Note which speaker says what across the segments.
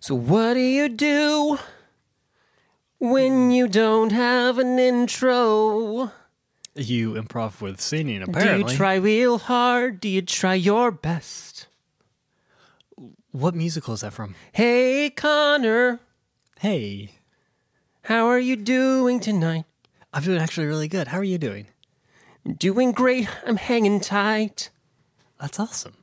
Speaker 1: So, what do you do when you don't have an intro?
Speaker 2: You improv with singing,
Speaker 1: Do
Speaker 2: apparently.
Speaker 1: you try real hard? Do you try your best?
Speaker 2: what musical is that from?
Speaker 1: Hey, Connor,
Speaker 2: Hey,
Speaker 1: how are you doing tonight?
Speaker 2: I'm doing actually really good. How are you doing?
Speaker 1: Doing great, I'm hanging tight.
Speaker 2: That's awesome.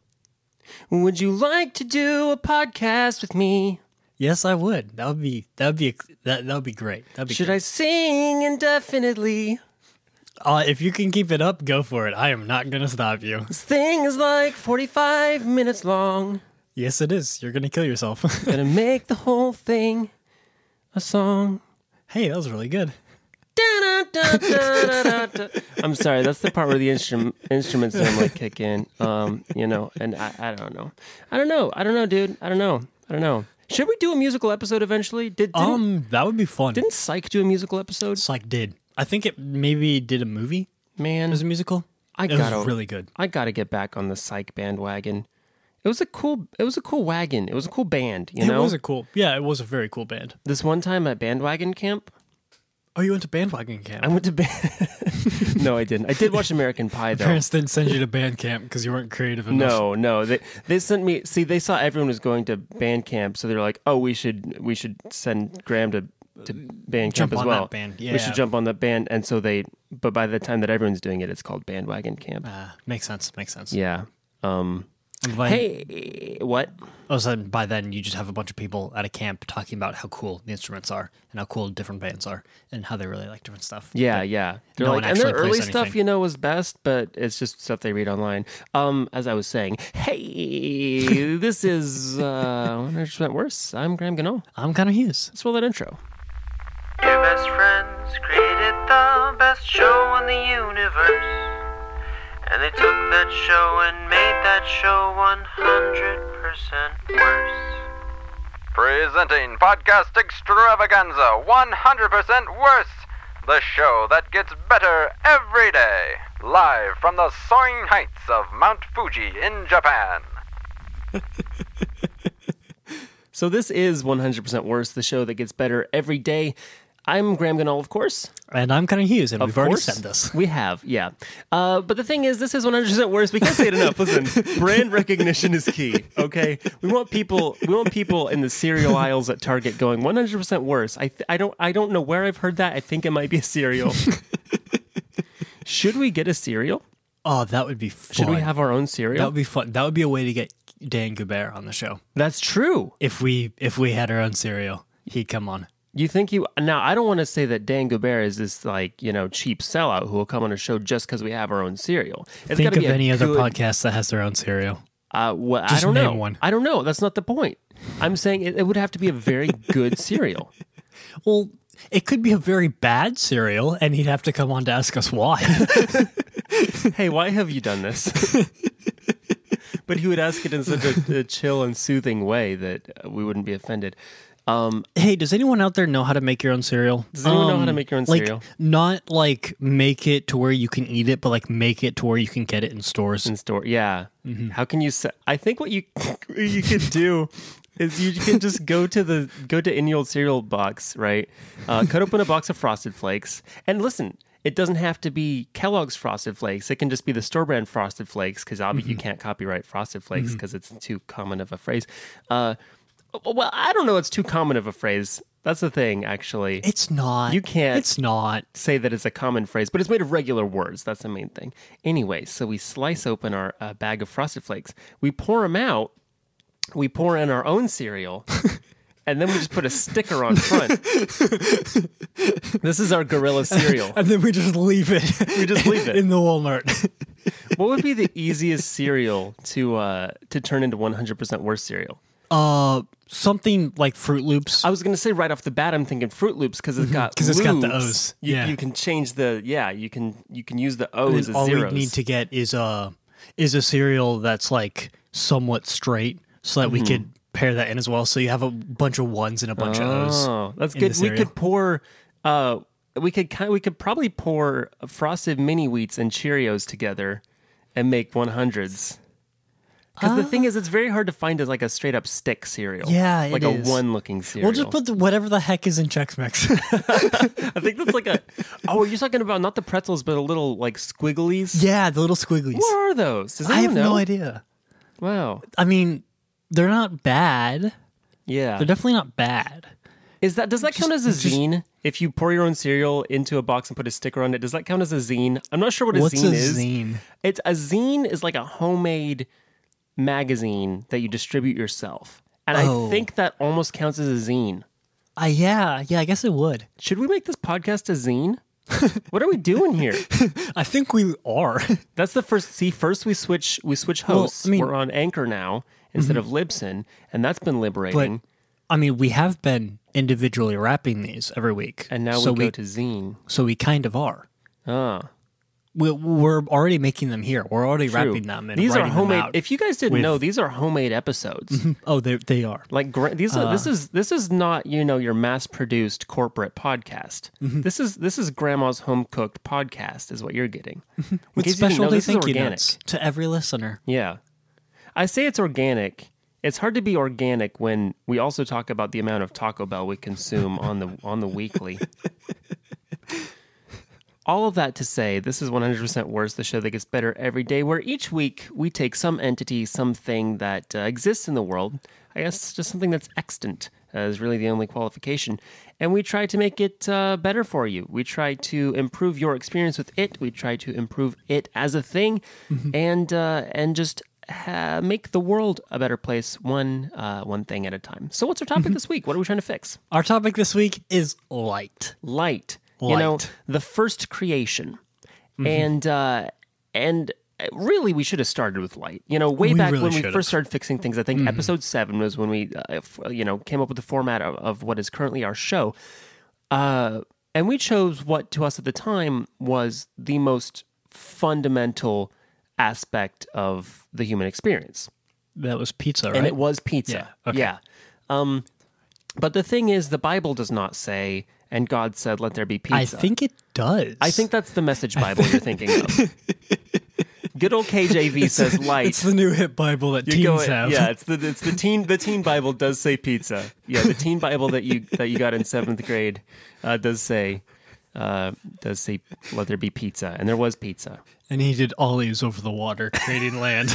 Speaker 1: Would you like to do a podcast with me?
Speaker 2: Yes, I would. That would be that would be that that would be great. That'd be
Speaker 1: Should I
Speaker 2: great.
Speaker 1: sing indefinitely?
Speaker 2: Uh, if you can keep it up, go for it. I am not gonna stop you.
Speaker 1: This thing is like 45 minutes long.
Speaker 2: Yes, it is. You're gonna kill yourself.
Speaker 1: Gonna make the whole thing a song.
Speaker 2: hey, that was really good.
Speaker 1: Da-da-da-da-da-da. I'm sorry, that's the part where the instrum- instruments don't like kick in. Um, you know, and I, I don't know. I don't know. I don't know, dude. I don't know. I don't know. Should we do a musical episode eventually? Did didn't,
Speaker 2: Um, that would be fun.
Speaker 1: didn't Psych do a musical episode?
Speaker 2: It's like did I think it maybe did a movie?
Speaker 1: Man,
Speaker 2: It was a musical.
Speaker 1: I
Speaker 2: it
Speaker 1: gotta-
Speaker 2: was really good.
Speaker 1: I got to get back on the Psych bandwagon. It was a cool. It was a cool wagon. It was a cool band. You
Speaker 2: It
Speaker 1: know,
Speaker 2: was a cool. Yeah, it was a very cool band.
Speaker 1: this one time at bandwagon camp,
Speaker 2: Oh, you went to bandwagon camp.
Speaker 1: I went to band. no, I didn't. I did watch American Pie though.
Speaker 2: Parents didn't send you to band camp because you weren't creative enough.
Speaker 1: No, no. They they sent me. See, they saw everyone was going to band camp, so they're like, "Oh, we should we should send Graham to to band
Speaker 2: Jump
Speaker 1: camp as
Speaker 2: on
Speaker 1: well.
Speaker 2: that band,
Speaker 1: We
Speaker 2: yeah.
Speaker 1: should jump on that band." And so they. But by the time that everyone's doing it, it's called bandwagon camp.
Speaker 2: Uh, makes sense. Makes sense.
Speaker 1: Yeah. Um.
Speaker 2: I'm glad-
Speaker 1: Hey, what?
Speaker 2: All of a sudden, by then, you just have a bunch of people at a camp talking about how cool the instruments are and how cool different bands are and how they really like different stuff.
Speaker 1: Yeah, yeah. They're
Speaker 2: no
Speaker 1: like,
Speaker 2: one
Speaker 1: and their
Speaker 2: actually
Speaker 1: early
Speaker 2: plays
Speaker 1: stuff,
Speaker 2: anything.
Speaker 1: you know, was best, but it's just stuff they read online. Um, as I was saying, hey, this is uh, 100% worse. I'm Graham Gano.
Speaker 2: I'm Connor Hughes.
Speaker 1: Let's roll that intro.
Speaker 3: Your best friends created the best show in the universe. And they took that show and made that show 100% worse.
Speaker 4: Presenting Podcast Extravaganza 100% Worse, the show that gets better every day. Live from the soaring heights of Mount Fuji in Japan.
Speaker 1: So, this is 100% worse, the show that gets better every day. I'm Graham Gano, of course.
Speaker 2: And I'm Connor Hughes, and
Speaker 1: Of
Speaker 2: we've already
Speaker 1: course.
Speaker 2: said this.
Speaker 1: We have, yeah. Uh, but the thing is, this is 100% worse. We can't say it enough. Listen, brand recognition is key, okay? We want people we want people in the cereal aisles at Target going 100% worse. I th- I don't I don't know where I've heard that. I think it might be a cereal. Should we get a cereal?
Speaker 2: Oh, that would be fun.
Speaker 1: Should we have our own
Speaker 2: That
Speaker 1: cereal?
Speaker 2: would be fun. That would be a way to get Dan Gubert on the show.
Speaker 1: That's true.
Speaker 2: If we if we had our own cereal, he'd come on.
Speaker 1: You think you now? I don't want to say that Dan Gobert is this like you know cheap sellout who will come on a show just because we have our own cereal. It's
Speaker 2: Think
Speaker 1: gotta
Speaker 2: of
Speaker 1: be a
Speaker 2: any other
Speaker 1: good-
Speaker 2: podcast that has their own cereal.
Speaker 1: Uh, well, I
Speaker 2: Just
Speaker 1: don't
Speaker 2: name
Speaker 1: know.
Speaker 2: one.
Speaker 1: I don't know. That's not the point. I'm saying it, it would have to be a very good cereal.
Speaker 2: Well, it could be a very bad cereal, and he'd have to come on to ask us why.
Speaker 1: Hey, why have you done this? but he would ask it in such a, a chill and soothing way that uh, we wouldn't be offended. Um,
Speaker 2: hey, does anyone out there know how to make your own cereal? Does
Speaker 1: anyone know how to make your own
Speaker 2: like,
Speaker 1: cereal?
Speaker 2: Not like make it to where you can eat it, but like make it to where you can get it in stores.
Speaker 1: in store, yeah. How can you? Se- I think what you you could do is you can just go to the go to any old cereal box, right? Uh, cut open a box of Frosted Flakes and listen. It doesn't have to be Kellogg's Frosted Flakes. It can just be the store brand Frosted Flakes because obviously you can't copyright Frosted Flakes because it's too common of a phrase. Uh, well, I don't know. It's too common of a phrase. That's the thing, actually.
Speaker 2: It's not.
Speaker 1: You can't-
Speaker 2: It's not.
Speaker 1: say that it's a common phrase, but it's made of regular words. That's the main thing. Anyway, so we slice open our uh, bag of Frosted Flakes, we pour them out, we pour in our own cereal, and then we just put a sticker on front. this is our gorilla cereal.
Speaker 2: And then we just leave it.
Speaker 1: We just leave it.
Speaker 2: in the Walmart.
Speaker 1: What would be the easiest cereal to uh, to turn into 100% worse cereal?
Speaker 2: uh, something like Fruit Loops.
Speaker 1: I was gonna say right off the bat, I'm thinking Fruit Loops because it's got
Speaker 2: Mm-hmm. 'Cause it's got the
Speaker 1: loops.
Speaker 2: O's.
Speaker 1: You,
Speaker 2: Yeah.
Speaker 1: you can change the yeah. You can you can use the
Speaker 2: And
Speaker 1: O's as
Speaker 2: all
Speaker 1: zeros.
Speaker 2: we need to get is a is a cereal that's like somewhat straight, so that we
Speaker 1: Mm-hmm.
Speaker 2: could pair that in as well. So you have a bunch of ones and a bunch of O's.
Speaker 1: Oh, that's
Speaker 2: in the
Speaker 1: good. We
Speaker 2: cereal.
Speaker 1: could pour. Uh, we could kind. We could probably pour frosted mini wheats and Cheerios together, and make one hundreds. Because the thing is, it's very hard to find as like a straight up stick cereal.
Speaker 2: Yeah,
Speaker 1: like
Speaker 2: it
Speaker 1: a
Speaker 2: is.
Speaker 1: one looking cereal.
Speaker 2: We'll just put the, whatever the heck is in Chex Mix.
Speaker 1: I think that's like a. Oh, you're talking about not the pretzels, but a little like squigglies.
Speaker 2: yeah, the little squigglies.
Speaker 1: What are those? Does
Speaker 2: I have
Speaker 1: anyone know?
Speaker 2: no idea.
Speaker 1: Wow.
Speaker 2: I mean, they're not bad.
Speaker 1: Yeah.
Speaker 2: They're definitely not bad.
Speaker 1: Is that does that count as a zine? If you pour your own cereal into a box and put a sticker on it, does that count as a zine? I'm not sure what a
Speaker 2: What's
Speaker 1: zine
Speaker 2: a
Speaker 1: is.
Speaker 2: zine?
Speaker 1: It's a zine is like a homemade magazine that you distribute yourself. And I
Speaker 2: Oh.
Speaker 1: think that almost counts as a zine.
Speaker 2: Uh, yeah, yeah, I guess it would.
Speaker 1: Should we make this podcast a zine? what are we doing here?
Speaker 2: I think we are.
Speaker 1: That's the first see first we switch we switch
Speaker 2: Well,
Speaker 1: hosts.
Speaker 2: I mean- Mm-hmm.
Speaker 1: We're on Anchor now instead of Libsyn, and that's been liberating.
Speaker 2: but I mean, we have been individually wrapping these every week,
Speaker 1: and now
Speaker 2: so
Speaker 1: we go to zine.
Speaker 2: so we kind of are.
Speaker 1: Ah.
Speaker 2: We, we're already making them here. We're already wrapping them and
Speaker 1: these are
Speaker 2: writing them
Speaker 1: homemade.
Speaker 2: out.
Speaker 1: If you guys didn't
Speaker 2: with-
Speaker 1: know, these are homemade episodes.
Speaker 2: oh, they they are.
Speaker 1: Like gra- these are
Speaker 2: Uh.
Speaker 1: this is this is not you know your mass produced corporate podcast.
Speaker 2: Mm-hmm.
Speaker 1: This is this is grandma's home cooked podcast is what you're getting. In
Speaker 2: Mm-hmm. With
Speaker 1: case you didn't know,
Speaker 2: specialty
Speaker 1: this is
Speaker 2: thank you
Speaker 1: organic.
Speaker 2: notes to every listener.
Speaker 1: Yeah, I say it's organic. It's hard to be organic when we also talk about the amount of Taco Bell we consume on the on the weekly. All of that to say, this is 100% worse, the show that gets better every day, where each week we take some entity, something that uh, exists in the world, I guess just something that's extant uh, is really the only qualification, and we try to make it uh, better for you. We try to improve your experience with it, we try to improve it as a thing, and, uh, and just ha- make the world a better place one, uh, one thing at a time. So, what's our topic this week? What are we trying to fix?
Speaker 2: Our topic this week is light.
Speaker 1: light. You know,
Speaker 2: Light. Mm-hmm.
Speaker 1: the first creation, and uh, and uh, really, we should have started with light. You know, way
Speaker 2: We
Speaker 1: back
Speaker 2: really
Speaker 1: when we
Speaker 2: should've. Mm-hmm.
Speaker 1: first started fixing things. I think episode seven was when we, uh, f- you know, came up with the format of, of what is currently our show. Uh, and we chose what to us at the time was the most fundamental aspect of the human experience
Speaker 2: That was pizza, right?
Speaker 1: and it was pizza. Yeah.
Speaker 2: Yeah, okay.
Speaker 1: Um, but the thing is, the Bible does not say, "And God said, let there be pizza."
Speaker 2: I think it does.
Speaker 1: I think that's the Message Bible you're thinking of. Good old KJV says light.
Speaker 2: it's the new hit Bible that teens
Speaker 1: You go-
Speaker 2: have.
Speaker 1: Yeah, it's the it's the teen the teen Bible does say pizza. Yeah, the teen Bible that you that you got in seventh grade uh, does say uh, does say let there be pizza, and there was pizza.
Speaker 2: And he did ollies over the water, creating land.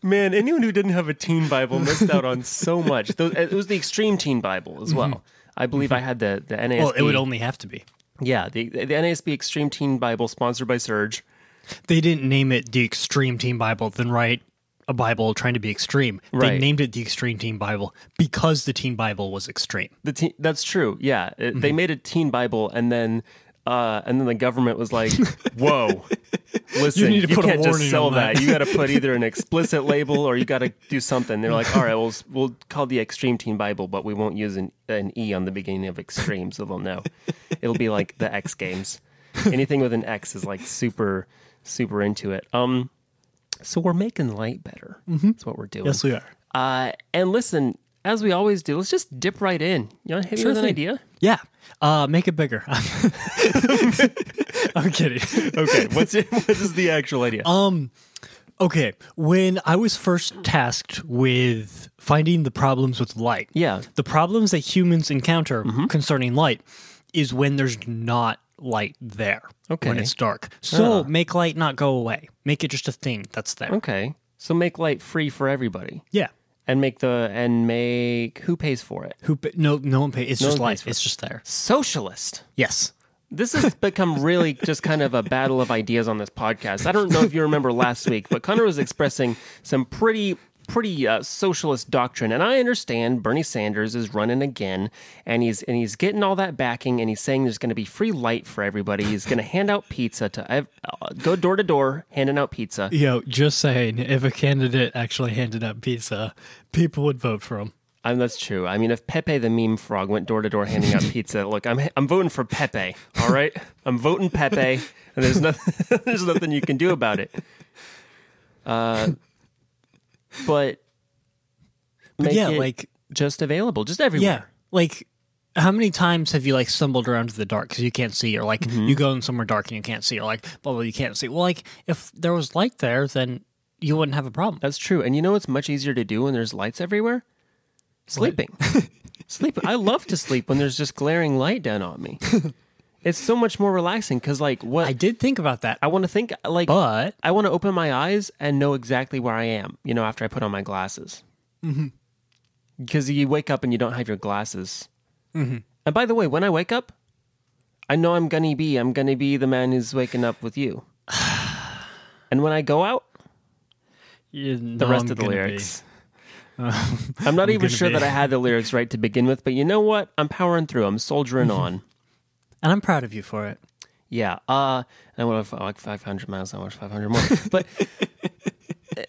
Speaker 1: Man, anyone who didn't have a teen Bible missed out on so much. Though It was the extreme teen Bible as well. I believe I had the the NASB.
Speaker 2: well, Mm-hmm. Oh, it would only have to be.
Speaker 1: yeah the the NASB Extreme Teen Bible sponsored by Surge.
Speaker 2: They didn't name it the Extreme Team Bible, then write a Bible trying to be extreme.
Speaker 1: Right.
Speaker 2: They named it the Extreme Team Bible because the Team Bible was extreme.
Speaker 1: The teen, that's true. Yeah, It-
Speaker 2: Mm-hmm.
Speaker 1: they made a teen Bible and then. Uh, and then the government was like, "Whoa, listen, you,
Speaker 2: need to put a
Speaker 1: can't just
Speaker 2: warning
Speaker 1: sell
Speaker 2: on that."
Speaker 1: You got to put either an explicit label or you got to do something." They're like, "All right, we'll we'll call the Extreme Teen Bible, but we won't use an an E on the beginning of Extreme, so they'll know. It'll be like the X Games. Anything with an X is like super super into it. Um, so we're making light better. That's what we're doing.
Speaker 2: Mm-hmm. Yes, we are.
Speaker 1: Uh, and listen, as we always do, let's just dip right in. You want to hit me with an
Speaker 2: thing.
Speaker 1: idea?
Speaker 2: Yeah. Uh, make it bigger. I'm kidding.
Speaker 1: Okay, what's it, what is the actual idea?
Speaker 2: Okay. When I was first tasked with finding the problems with light,
Speaker 1: Yeah.
Speaker 2: the problems that humans encounter concerning light is when there's not light there.
Speaker 1: Okay.
Speaker 2: When it's dark. So make light not go away. Make it just a thing that's there.
Speaker 1: okay, so make light free for everybody,
Speaker 2: Yeah.
Speaker 1: and make the and make who pays for it?
Speaker 2: Who pa- no no one pays. It's just
Speaker 1: one
Speaker 2: light.
Speaker 1: pays for
Speaker 2: It's just there.
Speaker 1: Socialist.
Speaker 2: Yes.
Speaker 1: This has become really just kind of a battle of ideas on this podcast. I don't know if you remember last week, but Connor was expressing some pretty pretty uh, socialist doctrine and I understand Bernie Sanders is running again and he's and he's getting all that backing and he's saying there's going to be free light for everybody. He's going to hand out pizza to ev- uh, go door to door handing out pizza.
Speaker 2: Yo, just saying, if a candidate actually handed out pizza, people would vote for him.
Speaker 1: I mean, that's true. I mean, if Pepe the meme frog went door to door handing out pizza, look, I'm I'm voting for Pepe. All right, I'm voting Pepe, and there's nothing there's nothing you can do about it. Uh, but make
Speaker 2: yeah,
Speaker 1: it
Speaker 2: like-
Speaker 1: just available, just everywhere.
Speaker 2: Yeah. Like how many times have you like stumbled around to the dark because you can't see, or like
Speaker 1: Mm-hmm.
Speaker 2: you go in somewhere dark and you can't see, or like blah blah you can't see? Well, like if there was light there, then you wouldn't have a problem.
Speaker 1: That's true. And you know what's much easier to do when there's lights everywhere? Sleeping. sleep. I love to sleep when there's just glaring light down on me. it's so much more relaxing because, like, what
Speaker 2: I
Speaker 1: I,
Speaker 2: did think about that,
Speaker 1: want to think, like,
Speaker 2: but
Speaker 1: I want to open my eyes and know exactly where I am. You know, after I put on my glasses,
Speaker 2: Mm-hmm.
Speaker 1: because you wake up and you don't have your glasses.
Speaker 2: Mm-hmm.
Speaker 1: And by the way, when I wake up, I know I'm gonna be I'm gonna be the man who's waking up with you. and when I go out, the rest of the lyrics. I'm not even
Speaker 2: gonna
Speaker 1: sure
Speaker 2: be.
Speaker 1: that I had the lyrics right to begin with, but you know what? I'm powering through. I'm soldiering
Speaker 2: Mm-hmm.
Speaker 1: on.
Speaker 2: and I'm proud of you for it.
Speaker 1: Yeah. Uh, I want to like 500 miles. I want 500 more, but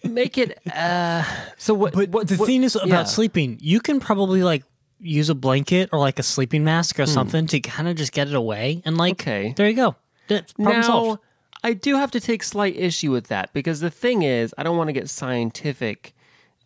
Speaker 1: make it. Uh, so what?
Speaker 2: But
Speaker 1: what,
Speaker 2: the
Speaker 1: what-
Speaker 2: thing is about
Speaker 1: yeah.
Speaker 2: sleeping, you can probably like use a blanket or like a sleeping mask or something to kind of just get it away. And like,
Speaker 1: Hmm. Okay.
Speaker 2: there you go. D- Problem
Speaker 1: Now,
Speaker 2: solved.
Speaker 1: I do have to take slight issue with that because the thing is, I don't want to get scientific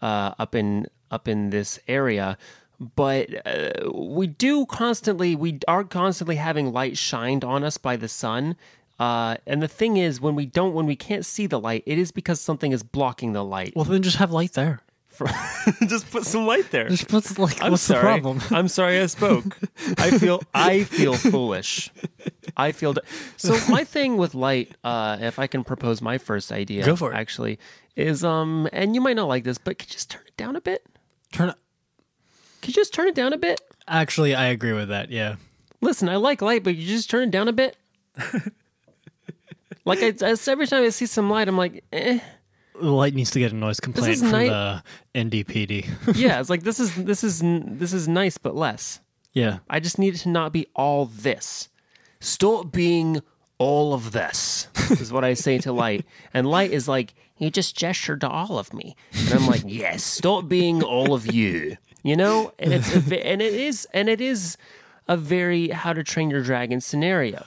Speaker 1: uh, up in up in this area, but uh, we do constantly we are constantly having light shined on us by the sun. Uh, and the thing is, when we don't, when we can't see the light, it is because something is blocking the light.
Speaker 2: Well, then just have light there.
Speaker 1: For- just put some light there.
Speaker 2: Just put like,
Speaker 1: I'm
Speaker 2: what's
Speaker 1: sorry.
Speaker 2: the problem?
Speaker 1: I'm sorry I spoke. I feel I feel foolish. I feel d- so. My thing with light, uh, if I can propose my first idea,
Speaker 2: Go for it.
Speaker 1: Actually, is um, and you might not like this, but could you just turn it down a bit?
Speaker 2: Turn. it-
Speaker 1: Could you just turn it down a bit?
Speaker 2: Actually, I agree with that. Yeah.
Speaker 1: Listen, I like light, but could you just turn it down a bit. like I, I, every time I see some light, I'm like, eh.
Speaker 2: The light needs to get a noise complaint
Speaker 1: is
Speaker 2: from
Speaker 1: night-
Speaker 2: the NDPD.
Speaker 1: yeah. It's like this is this is this is nice, but less.
Speaker 2: yeah.
Speaker 1: I just need it to not be all this. Stop being all of this, is what I say to Light. And Light is like, you just gestured to all of me. And I'm like, yes, stop being all of you. You know? And, it's a, ve- and it is, and it is a very how to train your dragon scenario.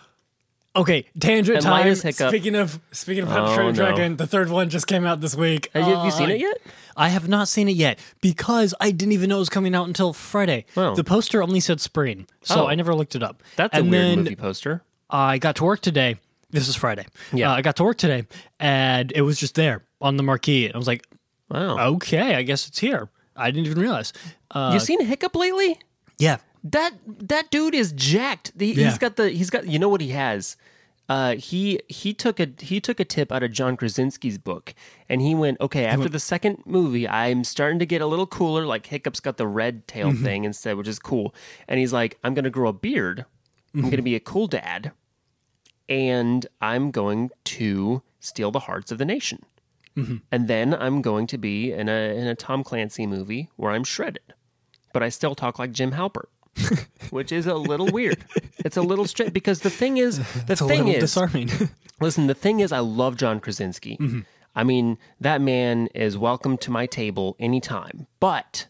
Speaker 5: Okay, tangent
Speaker 1: And
Speaker 5: time.
Speaker 1: Linus Hiccup.
Speaker 5: Speaking of speaking of How
Speaker 1: Oh,
Speaker 5: to Train Your
Speaker 1: no.
Speaker 5: Dragon, the third one just came out this week.
Speaker 1: Have you- have
Speaker 5: Uh,
Speaker 1: you seen it yet?
Speaker 2: I have not seen it yet because I didn't even know it was coming out until Friday.
Speaker 1: Wow.
Speaker 2: The poster only said spring, so
Speaker 1: Oh.
Speaker 2: I never looked it up.
Speaker 1: That's a
Speaker 2: and
Speaker 1: weird
Speaker 2: then
Speaker 1: movie poster.
Speaker 2: I got to work today. This is Friday. Yeah, I got to work today, and it was just there on the marquee. And I was like,
Speaker 1: Wow.
Speaker 2: okay, I guess it's here. I didn't even realize. Uh,
Speaker 1: you seen Hiccup lately?
Speaker 2: yeah,
Speaker 1: that that dude is jacked. The, He's
Speaker 2: Yeah.
Speaker 1: got the he's got you know what he has. Uh, he he took a he took a tip out of John Krasinski's book, and he went okay. After the second movie, I'm starting to get a little cooler. Like Hiccup's got the red tail thing instead, which is cool. And he's like, I'm gonna grow a beard. I'm gonna be a cool dad, and I'm going to steal the hearts of the nation. And then I'm going to be in a in a Tom Clancy movie where I'm shredded, but I still talk like Jim Halpert which is a little weird. It's a little strange because the thing is, the
Speaker 2: it's a
Speaker 1: thing
Speaker 2: little
Speaker 1: is,
Speaker 2: disarming.
Speaker 1: listen, the thing is, I love John Krasinski. I mean, that man is welcome to my table anytime, but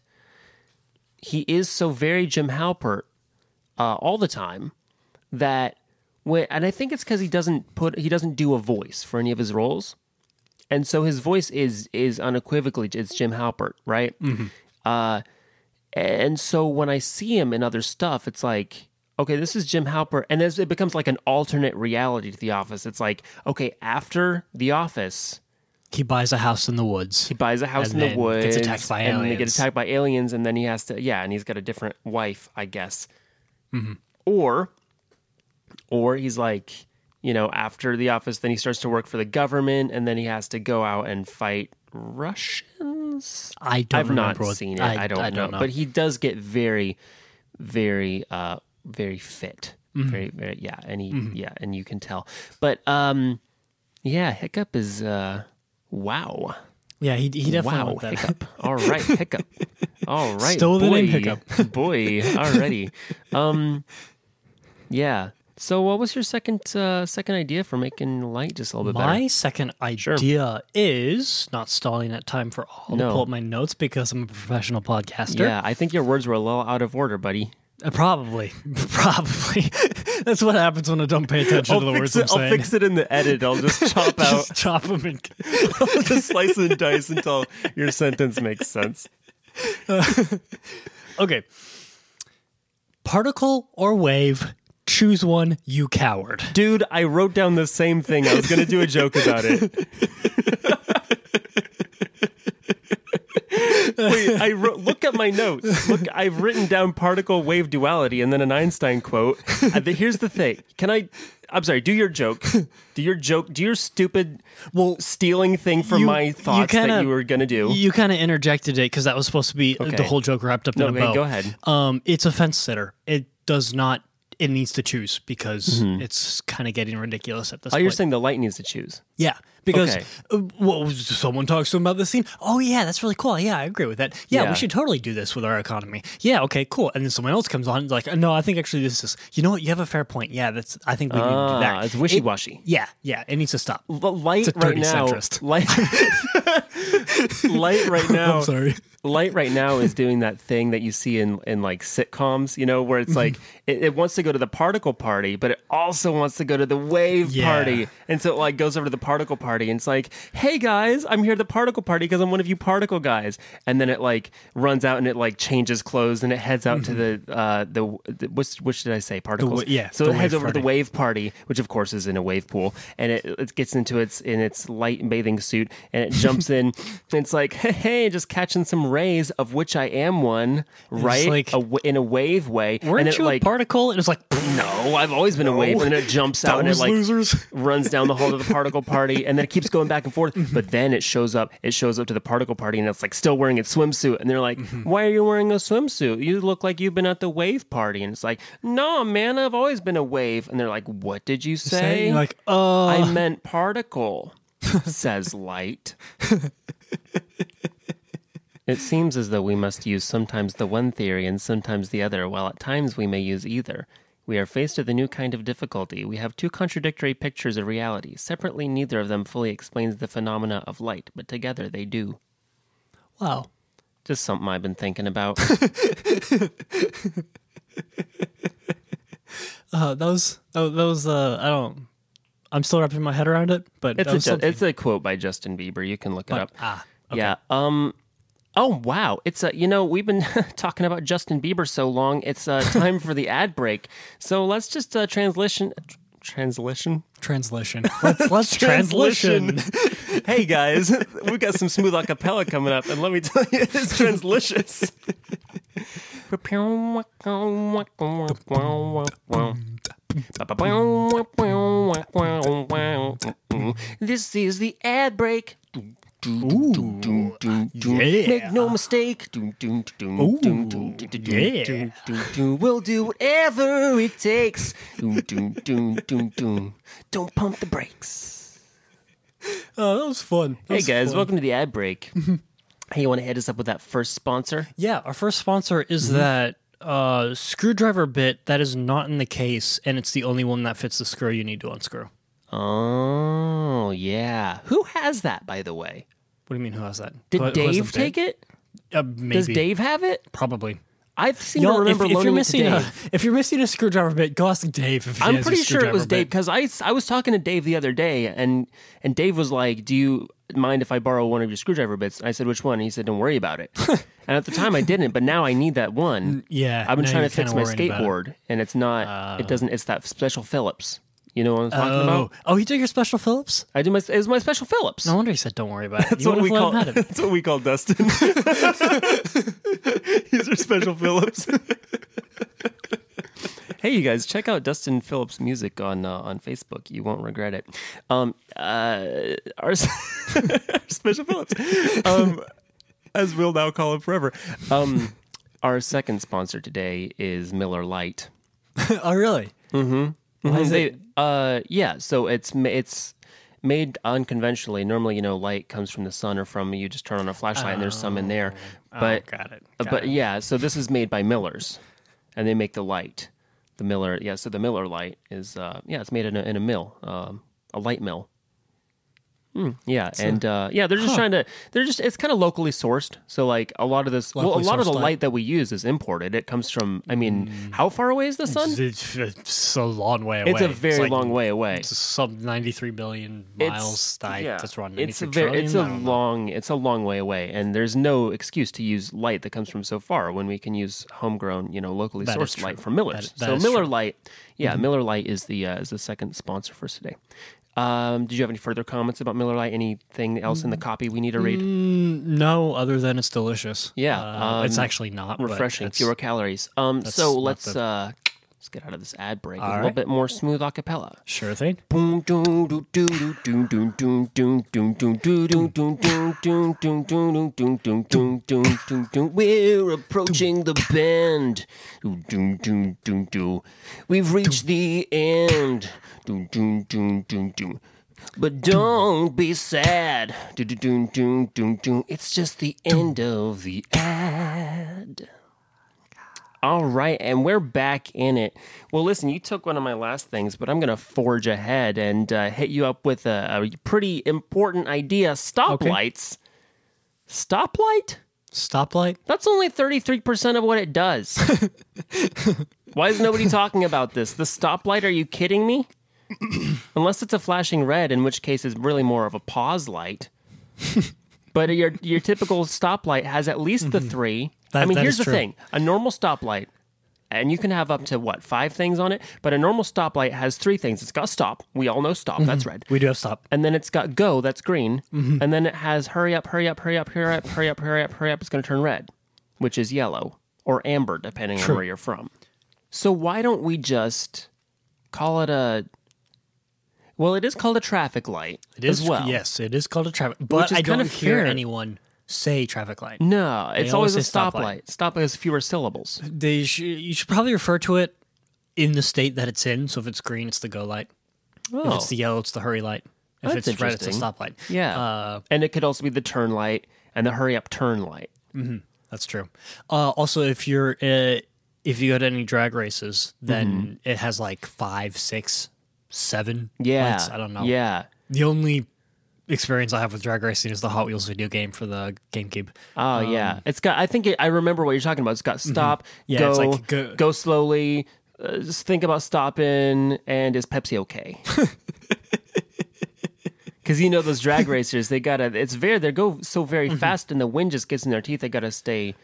Speaker 1: he is so very Jim Halpert uh, all the time that when, and I think it's because he doesn't put he doesn't do a voice for any of his roles, and so his voice is is unequivocally it's Jim Halpert, right? Uh, and so when I see him in other stuff, it's like, okay, this is Jim Halpert, and as it becomes like an alternate reality to The Office. It's like, okay, after The Office,
Speaker 2: he buys a house in the woods.
Speaker 1: he buys a house
Speaker 2: And
Speaker 1: in the
Speaker 2: then
Speaker 1: woods,
Speaker 2: gets attacked by
Speaker 1: and then they get
Speaker 2: aliens.
Speaker 1: attacked by aliens, and then he has to, yeah, and he's got a different wife, I guess,
Speaker 2: Mm-hmm.
Speaker 1: or, or he's like, you know, after The Office, then he starts to work for the government, and then he has to go out and fight Russians.
Speaker 2: I don't
Speaker 1: I've
Speaker 2: remember
Speaker 1: not
Speaker 2: what-
Speaker 1: seen it. I,
Speaker 2: I-
Speaker 1: don't,
Speaker 2: I don't
Speaker 1: know.
Speaker 2: know.
Speaker 1: But he does get very, very, uh, very fit.
Speaker 2: Mm-hmm.
Speaker 1: Very, very, yeah. And he, yeah, and you can tell. But, um, yeah, Hiccup is, uh, wow.
Speaker 2: Yeah, he, he definitely
Speaker 1: wow,
Speaker 2: went that.
Speaker 1: Hiccup. All right, Hiccup. All right.
Speaker 2: Stole the
Speaker 1: boy.
Speaker 2: name Hiccup.
Speaker 1: boy, already. Um, yeah. So what was your second, uh, second idea for making light just a little bit
Speaker 2: My
Speaker 1: better?
Speaker 2: second idea is not stalling at time for all
Speaker 1: No.
Speaker 2: to pull up my notes because I'm a professional podcaster.
Speaker 1: Yeah, I think your words were a little out of order, buddy.
Speaker 2: Uh, Probably, probably. That's what happens when I don't pay attention to the words I'm saying.
Speaker 1: it in the edit. I'll just chop
Speaker 2: Just chop them and
Speaker 1: just slice and dice until your sentence makes sense.
Speaker 2: okay. particle or wave. Choose one, you coward.
Speaker 1: Dude, I wrote down the same thing. I was going to do a joke about it. Wait, I wrote, look at my notes. Look, I've written down particle wave duality and then an Einstein quote. Uh, but here's the thing. Can I I'm sorry, do your joke. Do your joke, do your stupid well stealing thing from
Speaker 2: you-
Speaker 1: my
Speaker 2: you
Speaker 1: thoughts
Speaker 2: kinda-
Speaker 1: that you were going to do.
Speaker 2: You kind of interjected it because that was supposed to be
Speaker 1: Okay.
Speaker 2: the whole joke wrapped up
Speaker 1: No,
Speaker 2: in a
Speaker 1: okay,
Speaker 2: bow.
Speaker 1: go ahead.
Speaker 2: Um, it's a fence sitter. It does not. It needs to choose because it's kind of getting ridiculous at this
Speaker 1: Mm-hmm. oh,
Speaker 2: point.
Speaker 1: you're saying the light needs to choose.
Speaker 2: yeah, because
Speaker 1: Okay.
Speaker 2: uh, what was- someone talks to them about this scene. Oh yeah, that's really cool. Yeah, I agree with that. Yeah,
Speaker 1: Yeah.
Speaker 2: we should totally do this with our economy. Yeah, okay, cool. And then someone else comes on and like, no, I think actually this is. You know what? You have a fair point. Yeah, that's. I think we need to do
Speaker 1: Ah,
Speaker 2: that.
Speaker 1: it's
Speaker 2: It-
Speaker 1: wishy-washy.
Speaker 2: yeah, yeah, it needs to stop.
Speaker 1: But light
Speaker 2: It's a
Speaker 1: right
Speaker 2: dirty
Speaker 1: now.
Speaker 2: centrist.
Speaker 1: Light, light right now.
Speaker 2: I'm sorry.
Speaker 1: Light right now is doing that thing that you see in in like sitcoms, you know, where
Speaker 2: Mm-hmm.
Speaker 1: it's like it, it wants to go to the particle party, but it also wants to go to the wave
Speaker 2: Yeah.
Speaker 1: party, and so it like goes over to the particle party, and it's like, "Hey guys, I'm here at the particle party because I'm one of you particle guys," and then it like runs out and it like changes clothes and it heads out to the uh the, the which which did I say particles?
Speaker 2: yeah,
Speaker 1: so
Speaker 2: Mm-hmm. the
Speaker 1: it heads
Speaker 2: wave
Speaker 1: over to the
Speaker 2: party.
Speaker 1: wave wave party, which of course is in a wave pool, and it, it gets into its in its light bathing suit and it jumps in. And it's like, hey, hey, just catching some rays, of which I am one, right?
Speaker 2: like-
Speaker 1: A w in a wave way. and
Speaker 2: Weren't
Speaker 1: it
Speaker 2: you
Speaker 1: like
Speaker 2: a particle? And it was like.
Speaker 1: no, I've always been a wave, and then it jumps out and it
Speaker 2: Those
Speaker 1: like
Speaker 2: losers.
Speaker 1: runs down the hall to the particle party, and then it keeps going back and forth. But then it shows up, it shows up to the particle party, and it's like still wearing its swimsuit, and they're like, "Why are you wearing a swimsuit? You look like you've been at the wave party." And it's like, "No, man, I've always been a wave." And they're like, "What did you say?"
Speaker 2: You're like, uh,
Speaker 1: "I meant particle," says light. It seems as though we must use sometimes the one theory and sometimes the other, while at times we may use either. We are faced with a new kind of difficulty. We have two contradictory pictures of reality. Separately, neither of them fully explains the phenomena of light, but together they do.
Speaker 2: wow.
Speaker 1: Just something I've been thinking about.
Speaker 2: Uh, that was that that was uh, I don't. I'm still wrapping my head around it, but that
Speaker 1: It's a,
Speaker 2: was
Speaker 1: Ju-
Speaker 2: something.
Speaker 1: it's a quote by Justin Bieber. You can look it up.
Speaker 2: ah,
Speaker 1: Yeah. Um. Oh wow! It's a you know we've been talking about Justin Bieber so long. It's uh, time for the ad break. So let's just uh, translation. Translation.
Speaker 2: translation. Let's let's translation.
Speaker 1: hey guys, we've got some smooth acapella coming up, and let me tell you, it's translicious. this is the ad break. Make no mistake.
Speaker 2: yeah.
Speaker 1: We'll do whatever it takes. Don't pump the brakes.
Speaker 2: Oh, that was fun. That
Speaker 1: Hey
Speaker 2: was
Speaker 1: guys,
Speaker 2: fun. Mm-hmm.
Speaker 1: welcome to the ad break. hey, you want to hit us up with that first sponsor?
Speaker 2: Yeah, our first sponsor is that uh, screwdriver bit that is not in the case, and it's the only one that fits the screw you need to unscrew.
Speaker 1: Oh, yeah. Who has that, by the way?
Speaker 2: What do you mean? Who has that?
Speaker 1: Did
Speaker 2: Who- who has
Speaker 1: Dave
Speaker 2: that bit?
Speaker 1: take it?
Speaker 2: Uh, maybe.
Speaker 1: Does Dave have it?
Speaker 2: Probably.
Speaker 1: I've seen.
Speaker 2: Y'all,
Speaker 1: I
Speaker 2: if,
Speaker 1: remember
Speaker 2: if you're
Speaker 1: loaning it to
Speaker 2: missing
Speaker 1: Dave.
Speaker 2: a if you're missing a screwdriver bit, go ask Dave. If he
Speaker 1: I'm
Speaker 2: has a
Speaker 1: pretty sure it was Dave
Speaker 2: screwdriver bit.
Speaker 1: because I, s- I was talking to Dave the other day and and Dave was like, "Do you mind if I borrow one of your screwdriver bits?" And I said, "Which one?" And he said, "Don't worry about it." and at the time, I didn't, but now I need that one.
Speaker 2: Mm, yeah,
Speaker 1: I've been
Speaker 2: now
Speaker 1: trying
Speaker 2: you're
Speaker 1: to fix
Speaker 2: kinda
Speaker 1: my
Speaker 2: worrying about it. Uh.
Speaker 1: skateboard, and it's not. it doesn't. It's that special Phillips. You know what I'm talking
Speaker 2: Oh,
Speaker 1: about?
Speaker 2: oh, he took your special Phillips.
Speaker 1: I do my. It was my special Phillips.
Speaker 2: No wonder he said, "Don't worry about it."
Speaker 1: That's
Speaker 2: you
Speaker 1: what we call.
Speaker 2: would've let him have it.
Speaker 1: That's what we call Dustin. He's our special Phillips. hey, you guys, check out Dustin Phillips' music on uh, on Facebook. You won't regret it. Um, uh, our, s- our special Phillips, um, as we'll now call him forever. Um, our second sponsor today is Miller Lite.
Speaker 2: oh, really?
Speaker 1: They- Uh, yeah. So it's ma- it's made unconventionally. Normally, you know, light comes from the sun or from you just turn on a flashlight and there's some in there. But
Speaker 2: Oh, got it.
Speaker 1: uh,
Speaker 2: Got
Speaker 1: but
Speaker 2: it.
Speaker 1: yeah, so this is made by Miller's, and they make the light. The Miller, yeah. So the Miller light is uh, yeah, it's made in a in a mill, um, a light mill. Yeah, and uh, yeah, they're just trying to. They're just. It's kind of locally sourced, so like a lot of this. well, a
Speaker 2: Locally
Speaker 1: lot of the
Speaker 2: sourced light. Hmm.
Speaker 1: light that we use is imported. It comes from. I mean, how far away is the sun? It's,
Speaker 2: It's a long way away.
Speaker 1: a very
Speaker 2: like
Speaker 1: long way away.
Speaker 2: Sub ninety three billion miles. I,
Speaker 1: yeah,
Speaker 2: That's wrong.
Speaker 1: It's a very. It's a long. It's a long way away, and there's no excuse to use light that comes from so far when we can use homegrown, you know, locally
Speaker 2: That is
Speaker 1: sourced
Speaker 2: true.
Speaker 1: light from Miller's.
Speaker 2: That- that
Speaker 1: so
Speaker 2: is
Speaker 1: Miller
Speaker 2: true. Mm-hmm.
Speaker 1: Light, yeah, Miller Light is the uh, is the second sponsor for us today. Um, did you have any further comments about Miller Light? Anything else
Speaker 2: Mm.
Speaker 1: in the copy we need to read?
Speaker 2: No, other than it's delicious.
Speaker 1: Yeah,
Speaker 2: Uh, it's
Speaker 1: um,
Speaker 2: actually not but
Speaker 1: refreshing,
Speaker 2: it's-
Speaker 1: fewer calories. Um, so
Speaker 2: not
Speaker 1: let's
Speaker 2: the-
Speaker 1: uh, let's get out of this ad break with a
Speaker 2: All
Speaker 1: little
Speaker 2: right.
Speaker 1: bit more smooth acapella.
Speaker 2: Sure thing.
Speaker 1: Boom, doom, doo, doo, doo, doom, doom, doom, doom, doom, doom, doo, doom, doom, doom, doom, doom, doom, doom, doom, doom, doom, doom, doom, doom. We're approaching the bend. Doo, doom, doom, doom, doo. We've reached the end. Doom, doom, doom, doom, doom. But don't be sad. Doo, doo, doom, doom, doom, doom. It's just the end of the ad. All right, and we're back in it. Well, listen, you took one of my last things, but I'm going to forge ahead and uh, hit you up with a, a pretty important idea: stoplights. Stoplight?
Speaker 2: Stoplight.
Speaker 1: That's only 33% of what it does. Why is nobody talking about this? The stoplight? Are you kidding me? Unless it's a flashing red, in which case it's really more of a pause light. but your your typical stoplight has at least the three. I
Speaker 2: Mm-hmm. That-
Speaker 1: mean,
Speaker 2: that
Speaker 1: here's
Speaker 2: is
Speaker 1: the
Speaker 2: true.
Speaker 1: thing: a normal stoplight, and you can have up to what five things on it. But a normal stoplight has three things. It's got stop. We all know stop. That's red
Speaker 2: We do have stop.
Speaker 1: and then it's got go that's green
Speaker 2: Mm-hmm.
Speaker 1: and then it has hurry up hurry up hurry up hurry up hurry up hurry up hurry up it's going to turn red which is yellow or amber depending on where you're from so why don't we just call it a well it is called a traffic light
Speaker 2: It is
Speaker 1: as well
Speaker 2: Yes, it is called a traffic. But
Speaker 1: is
Speaker 2: I
Speaker 1: kind
Speaker 2: don't
Speaker 1: of
Speaker 2: hear
Speaker 1: fair.
Speaker 2: anyone say traffic light.
Speaker 1: no it's
Speaker 2: always
Speaker 1: always a
Speaker 2: say
Speaker 1: stoplight
Speaker 2: stoplight.
Speaker 1: stoplight has fewer syllables
Speaker 2: They sh- you should probably refer to it in the state that it's in. So if it's green, it's the go light. If
Speaker 1: Oh.
Speaker 2: it's the yellow, it's the hurry light. If
Speaker 1: That's
Speaker 2: it's red, it's a
Speaker 1: interesting.
Speaker 2: stoplight. Uh,
Speaker 1: yeah and it could also be the turn light and the hurry up turn light
Speaker 2: That's true. Uh, also, if you're uh, if you go to any drag races, then
Speaker 1: Mm-hmm.
Speaker 2: it has like five, six, seven.
Speaker 1: yeah
Speaker 2: lights. I don't know.
Speaker 1: yeah
Speaker 2: The only experience I have with drag racing is the Hot Wheels video game for the GameCube.
Speaker 1: Oh yeah, it's got. I think it, I remember what you're talking about. It's got stop,
Speaker 2: Yeah,
Speaker 1: go,
Speaker 2: it's like
Speaker 1: go,
Speaker 2: go-
Speaker 1: slowly, uh, just think about stopping, and is Pepsi okay? Because you know those drag racers, they gotta. It's very they go so very fast, and the wind just gets in their teeth. They gotta stay.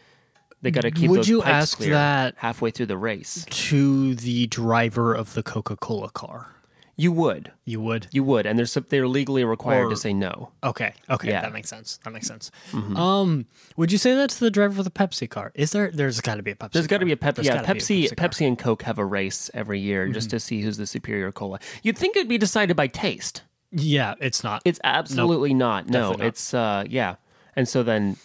Speaker 1: They gotta keep.
Speaker 2: Would
Speaker 1: those
Speaker 2: you
Speaker 1: pipes
Speaker 2: ask
Speaker 1: clear
Speaker 2: that-
Speaker 1: halfway through the race?
Speaker 2: To the driver of the Coca Cola car,
Speaker 1: You would,
Speaker 2: you would.
Speaker 1: you would, and they're sup- they're legally required to
Speaker 2: Or-
Speaker 1: say no.
Speaker 2: Okay. Okay.
Speaker 1: Yeah. Mm-hmm.
Speaker 2: That makes sense. That makes sense. Um, would you say that to the driver of the Pepsi car? Is there? There's got to be a Pepsi.
Speaker 1: There's got to be a Pepsi.
Speaker 2: There's
Speaker 1: Yeah,
Speaker 2: gotta be a
Speaker 1: Pepsi. Mm-hmm.
Speaker 2: car.
Speaker 1: Pepsi and Coke have a race every year just to see who's the superior cola. You'd think it'd be decided by taste.
Speaker 2: Yeah, it's not.
Speaker 1: It's absolutely not. No,
Speaker 2: definitely not.
Speaker 1: it's uh yeah. And so then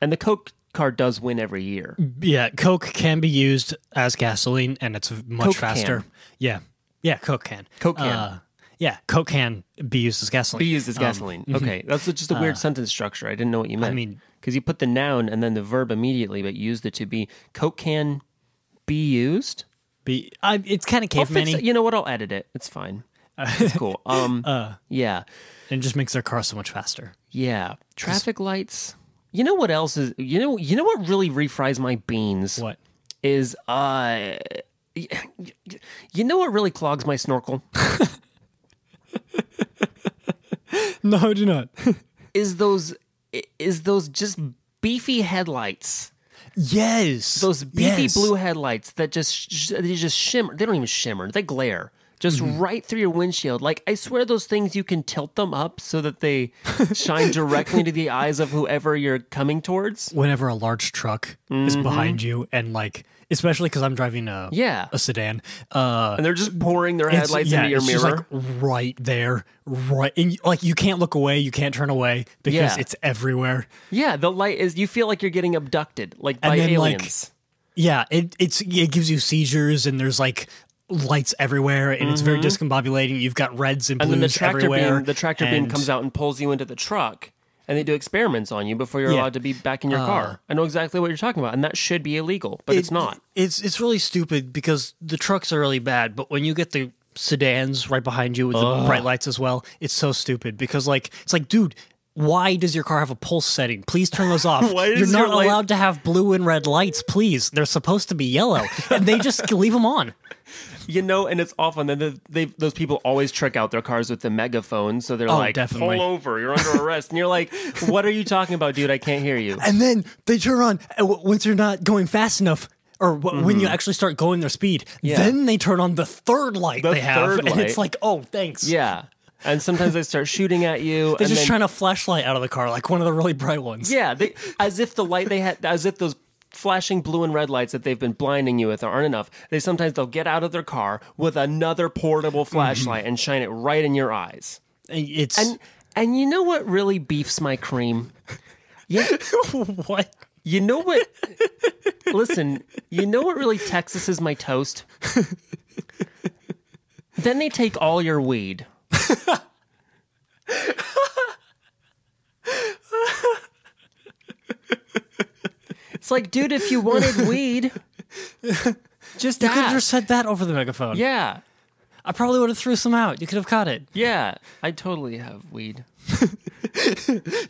Speaker 1: and the Coke car does win every year.
Speaker 2: Yeah, Coke can be used as gasoline, and it's much
Speaker 1: Coke
Speaker 2: faster.
Speaker 1: can.
Speaker 2: Yeah, yeah, Coke can. Uh,
Speaker 1: Coke can.
Speaker 2: yeah, Coke can be used as gasoline.
Speaker 1: Be used as gasoline. okay. That's just a weird sentence structure. I didn't know what you meant.
Speaker 2: mean-
Speaker 1: cuz you put the noun and then the verb immediately but used it to be Coke can be used?
Speaker 2: Be, I, it's kind of
Speaker 1: I'll fix
Speaker 2: caveman
Speaker 1: it. You know what? I'll edit it. It's fine. It's cool. Um
Speaker 2: Uh.
Speaker 1: yeah.
Speaker 2: and just makes their car so much faster.
Speaker 1: Yeah. Traffic lights. You know what else is you know you know what really refries my beans?
Speaker 2: What?
Speaker 1: is uh you know what really clogs my snorkel
Speaker 2: No, do not.
Speaker 1: is those is those just beefy headlights
Speaker 2: yes,
Speaker 1: those beefy
Speaker 2: yes.
Speaker 1: blue headlights that just sh- they just shimmer they don't even shimmer they glare just right through your windshield like i swear those things you can tilt them up so that they shine directly into the eyes of whoever you're coming towards
Speaker 2: Whenever a large truck is behind you, and like, especially because I'm driving a
Speaker 1: Mm-hmm. Yeah.
Speaker 2: a sedan, uh,
Speaker 1: and they're just pouring their
Speaker 2: It's-
Speaker 1: headlights into your
Speaker 2: it's
Speaker 1: mirror
Speaker 2: Just like right there, right, and you- like you can't look away, you can't turn away because
Speaker 1: Yeah.
Speaker 2: it's everywhere.
Speaker 1: yeah the light is you feel like you're getting abducted like by
Speaker 2: then, like,
Speaker 1: aliens
Speaker 2: Yeah, it it's it gives you seizures, and there's like lights everywhere, and it's very discombobulating. You've got reds and blues
Speaker 1: Mm-hmm. and then the tractor
Speaker 2: everywhere.
Speaker 1: beam the tractor beam
Speaker 2: and-
Speaker 1: comes out and pulls you into the truck and they do experiments on you before you're
Speaker 2: Yeah.
Speaker 1: allowed to be back in your car i know exactly what you're talking about and that should be illegal but it's
Speaker 2: It-
Speaker 1: not
Speaker 2: It's it's really stupid because the trucks are really bad, but when you get the sedans right behind you with the bright lights as well. It's so stupid because like it's like, dude, why does your car have a pulse setting? Please turn those off.
Speaker 1: Why
Speaker 2: You're
Speaker 1: does
Speaker 2: not
Speaker 1: your light-
Speaker 2: allowed to have blue and red lights, please. They're supposed to be yellow, and they just leave them on.
Speaker 1: you know, and it's awful. And then the, they, those people always trick out their cars with the megaphone, so they're
Speaker 2: Oh,
Speaker 1: like,
Speaker 2: definitely.
Speaker 1: "Pull over, you're under arrest." and you're like, "What are you talking about, dude? I can't hear you."
Speaker 2: and then they turn on uh, w- once you're not going fast enough or w- when you
Speaker 1: Mm-hmm.
Speaker 2: actually start going their speed then they turn on the third light
Speaker 1: The
Speaker 2: they have
Speaker 1: third
Speaker 2: and
Speaker 1: light.
Speaker 2: it's like oh thanks
Speaker 1: Yeah, and sometimes they start shooting at you.
Speaker 2: they're
Speaker 1: and
Speaker 2: just
Speaker 1: then,
Speaker 2: trying to flashlight out of the car like one of the really bright ones
Speaker 1: Yeah, they, as if the light they had, as if those flashing blue and red lights that they've been blinding you with aren't enough. They sometimes they'll get out of their car with another portable flashlight and shine it right in your eyes.
Speaker 2: And it's
Speaker 1: And and you know what really beefs my cream?
Speaker 2: what
Speaker 1: You know what? listen, you know what really Texas is my toast? then they take all your weed. it's like, dude, if you wanted weed, just
Speaker 2: you could have
Speaker 1: ask.
Speaker 2: just said that over the megaphone
Speaker 1: yeah,
Speaker 2: i probably would have threw some out you could have caught it
Speaker 1: yeah. I totally have weed.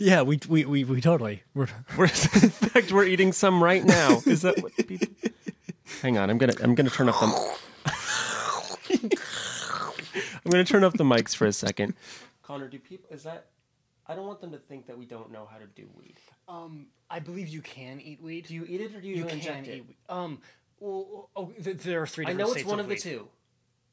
Speaker 2: yeah we we we, we totally we're
Speaker 1: We're, in fact, we're eating some right now. Is that what people? Hang on, I'm gonna I'm gonna turn off the. I'm gonna turn off the mics for a second. Connor, do people? Is that? I don't want them to think that we don't know how to do weed.
Speaker 2: i believe you can eat weed
Speaker 1: Do you eat it or do you, inject it?
Speaker 2: um well, oh, there are three
Speaker 1: I know it's one of the two.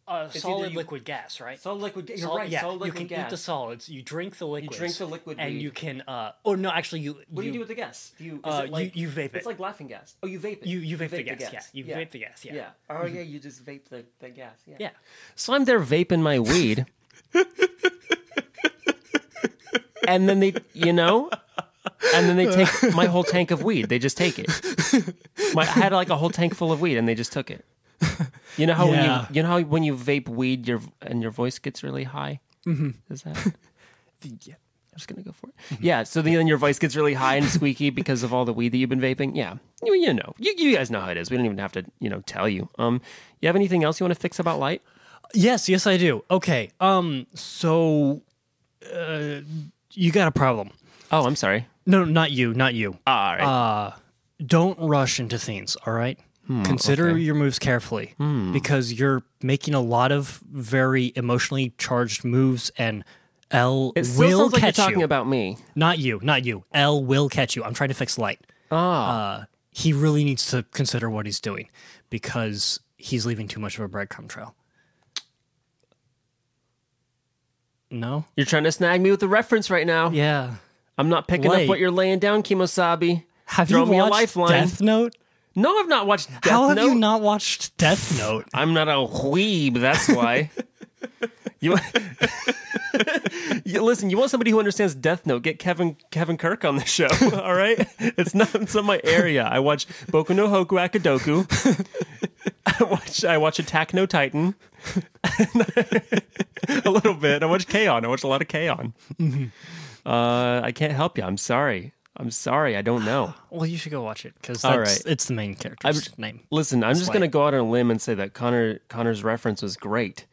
Speaker 2: uh,
Speaker 1: either solid you- liquid
Speaker 2: gas right
Speaker 1: Solid liquid. You're
Speaker 2: Sol-
Speaker 1: right.
Speaker 2: Yeah,
Speaker 1: solid liquid
Speaker 2: you can
Speaker 1: gas.
Speaker 2: eat the solids. You drink the liquids.
Speaker 1: the liquid
Speaker 2: and
Speaker 1: weed.
Speaker 2: you can. Uh, or no, actually, you.
Speaker 1: what do
Speaker 2: you,
Speaker 1: you do with the gas? Do you? Is
Speaker 2: uh,
Speaker 1: it like,
Speaker 2: you- you vape
Speaker 1: It's
Speaker 2: it.
Speaker 1: like laughing gas. Oh, you vape it.
Speaker 2: You- you vape the gas, yeah. You vape the gas, yeah.
Speaker 1: Yeah. Oh yeah, you just vape the, the gas. Yeah.
Speaker 2: Yeah.
Speaker 1: So I'm there vaping my weed. and then they, you know, and then they take my whole tank of weed. They just take it. My, I had like a whole tank full of weed and they just took it. You know how
Speaker 2: Yeah.
Speaker 1: when you, you know how when you vape weed your and your voice gets really high? Mm-hmm. Is that?
Speaker 2: yeah.
Speaker 1: I'm just gonna go for it. Yeah. So then your voice gets really high and squeaky because of all the weed that you've been vaping. Yeah. You, you know. You, you guys know how it is. We don't even have to you know tell you. Um. You have anything else you want to fix about light?
Speaker 2: Yes, yes, I do. Okay. Um. So, uh, you got a problem.
Speaker 1: Oh, I'm sorry.
Speaker 2: No, not you. Not you. Uh,
Speaker 1: All right.
Speaker 2: Don't rush into things. All right.
Speaker 1: Hmm,
Speaker 2: Consider your moves carefully because you're making a lot of very emotionally charged moves and. L
Speaker 1: it still
Speaker 2: will
Speaker 1: sounds like you're
Speaker 2: catch
Speaker 1: talking
Speaker 2: you.
Speaker 1: about me.
Speaker 2: not you, not you. L will catch you. I'm trying to fix light.
Speaker 1: Ah.
Speaker 2: Uh, he really needs to consider what he's doing because he's leaving too much of a breadcrumb trail. No?
Speaker 1: You're trying to snag me with the reference right now.
Speaker 2: Yeah.
Speaker 1: I'm not picking
Speaker 2: Wait.
Speaker 1: up what you're laying down, Kimosabi.
Speaker 2: Have
Speaker 1: Throw
Speaker 2: you
Speaker 1: me
Speaker 2: watched
Speaker 1: a lifeline.
Speaker 2: Death Note?
Speaker 1: No, I've not watched Death
Speaker 2: How have
Speaker 1: Note.
Speaker 2: you not watched Death Note?
Speaker 1: I'm not a weeb. That's why. you, you listen. You want somebody who understands Death Note? Get Kevin Kevin Kirk on the show. All right, it's not it's not my area. I watch Boku no Hoku Akadoku. I watch I watch Attack No Titan. a little bit. I watch K-On! I watch a lot of K-On! Uh, I can't help you. I'm sorry. I'm sorry. I don't know.
Speaker 2: Well, you should go watch it because
Speaker 1: All right.
Speaker 2: it's the main character's name.
Speaker 1: Listen, I'm just
Speaker 2: Slay.
Speaker 1: going to go out on a limb and say that Connor Connor's reference was great.
Speaker 2: It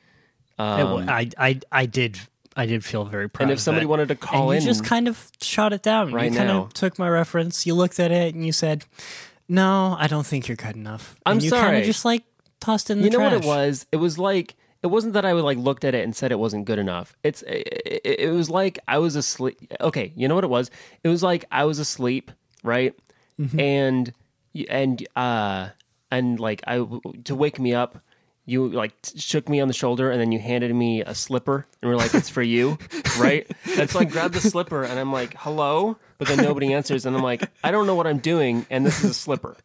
Speaker 2: wa- Um, I, I, I did I did feel very proud.
Speaker 1: And
Speaker 2: of
Speaker 1: if somebody
Speaker 2: that.
Speaker 1: wanted to call
Speaker 2: and
Speaker 1: in,
Speaker 2: you just kind of shot it down.
Speaker 1: Right
Speaker 2: you kind
Speaker 1: now.
Speaker 2: of took my reference, you looked at it, and you said, "No, I don't think you're good enough."
Speaker 1: I'm
Speaker 2: and you kind
Speaker 1: sorry.
Speaker 2: of just like tossed in the
Speaker 1: you know what it
Speaker 2: trash.
Speaker 1: was? It was like it wasn't that I would like looked at it and said it wasn't good enough. It's it, it, it was like I was asleep. Okay, you know what it was? It was like I was asleep, right?
Speaker 2: Mm-hmm.
Speaker 1: And you and uh and like I to wake me up. You like t- shook me on the shoulder and then you handed me a slipper and we're like, "It's for you, right?" And so I grabbed the slipper and I'm like, "Hello," but then nobody answers and I'm like, "I don't know what I'm doing," and this is a slipper.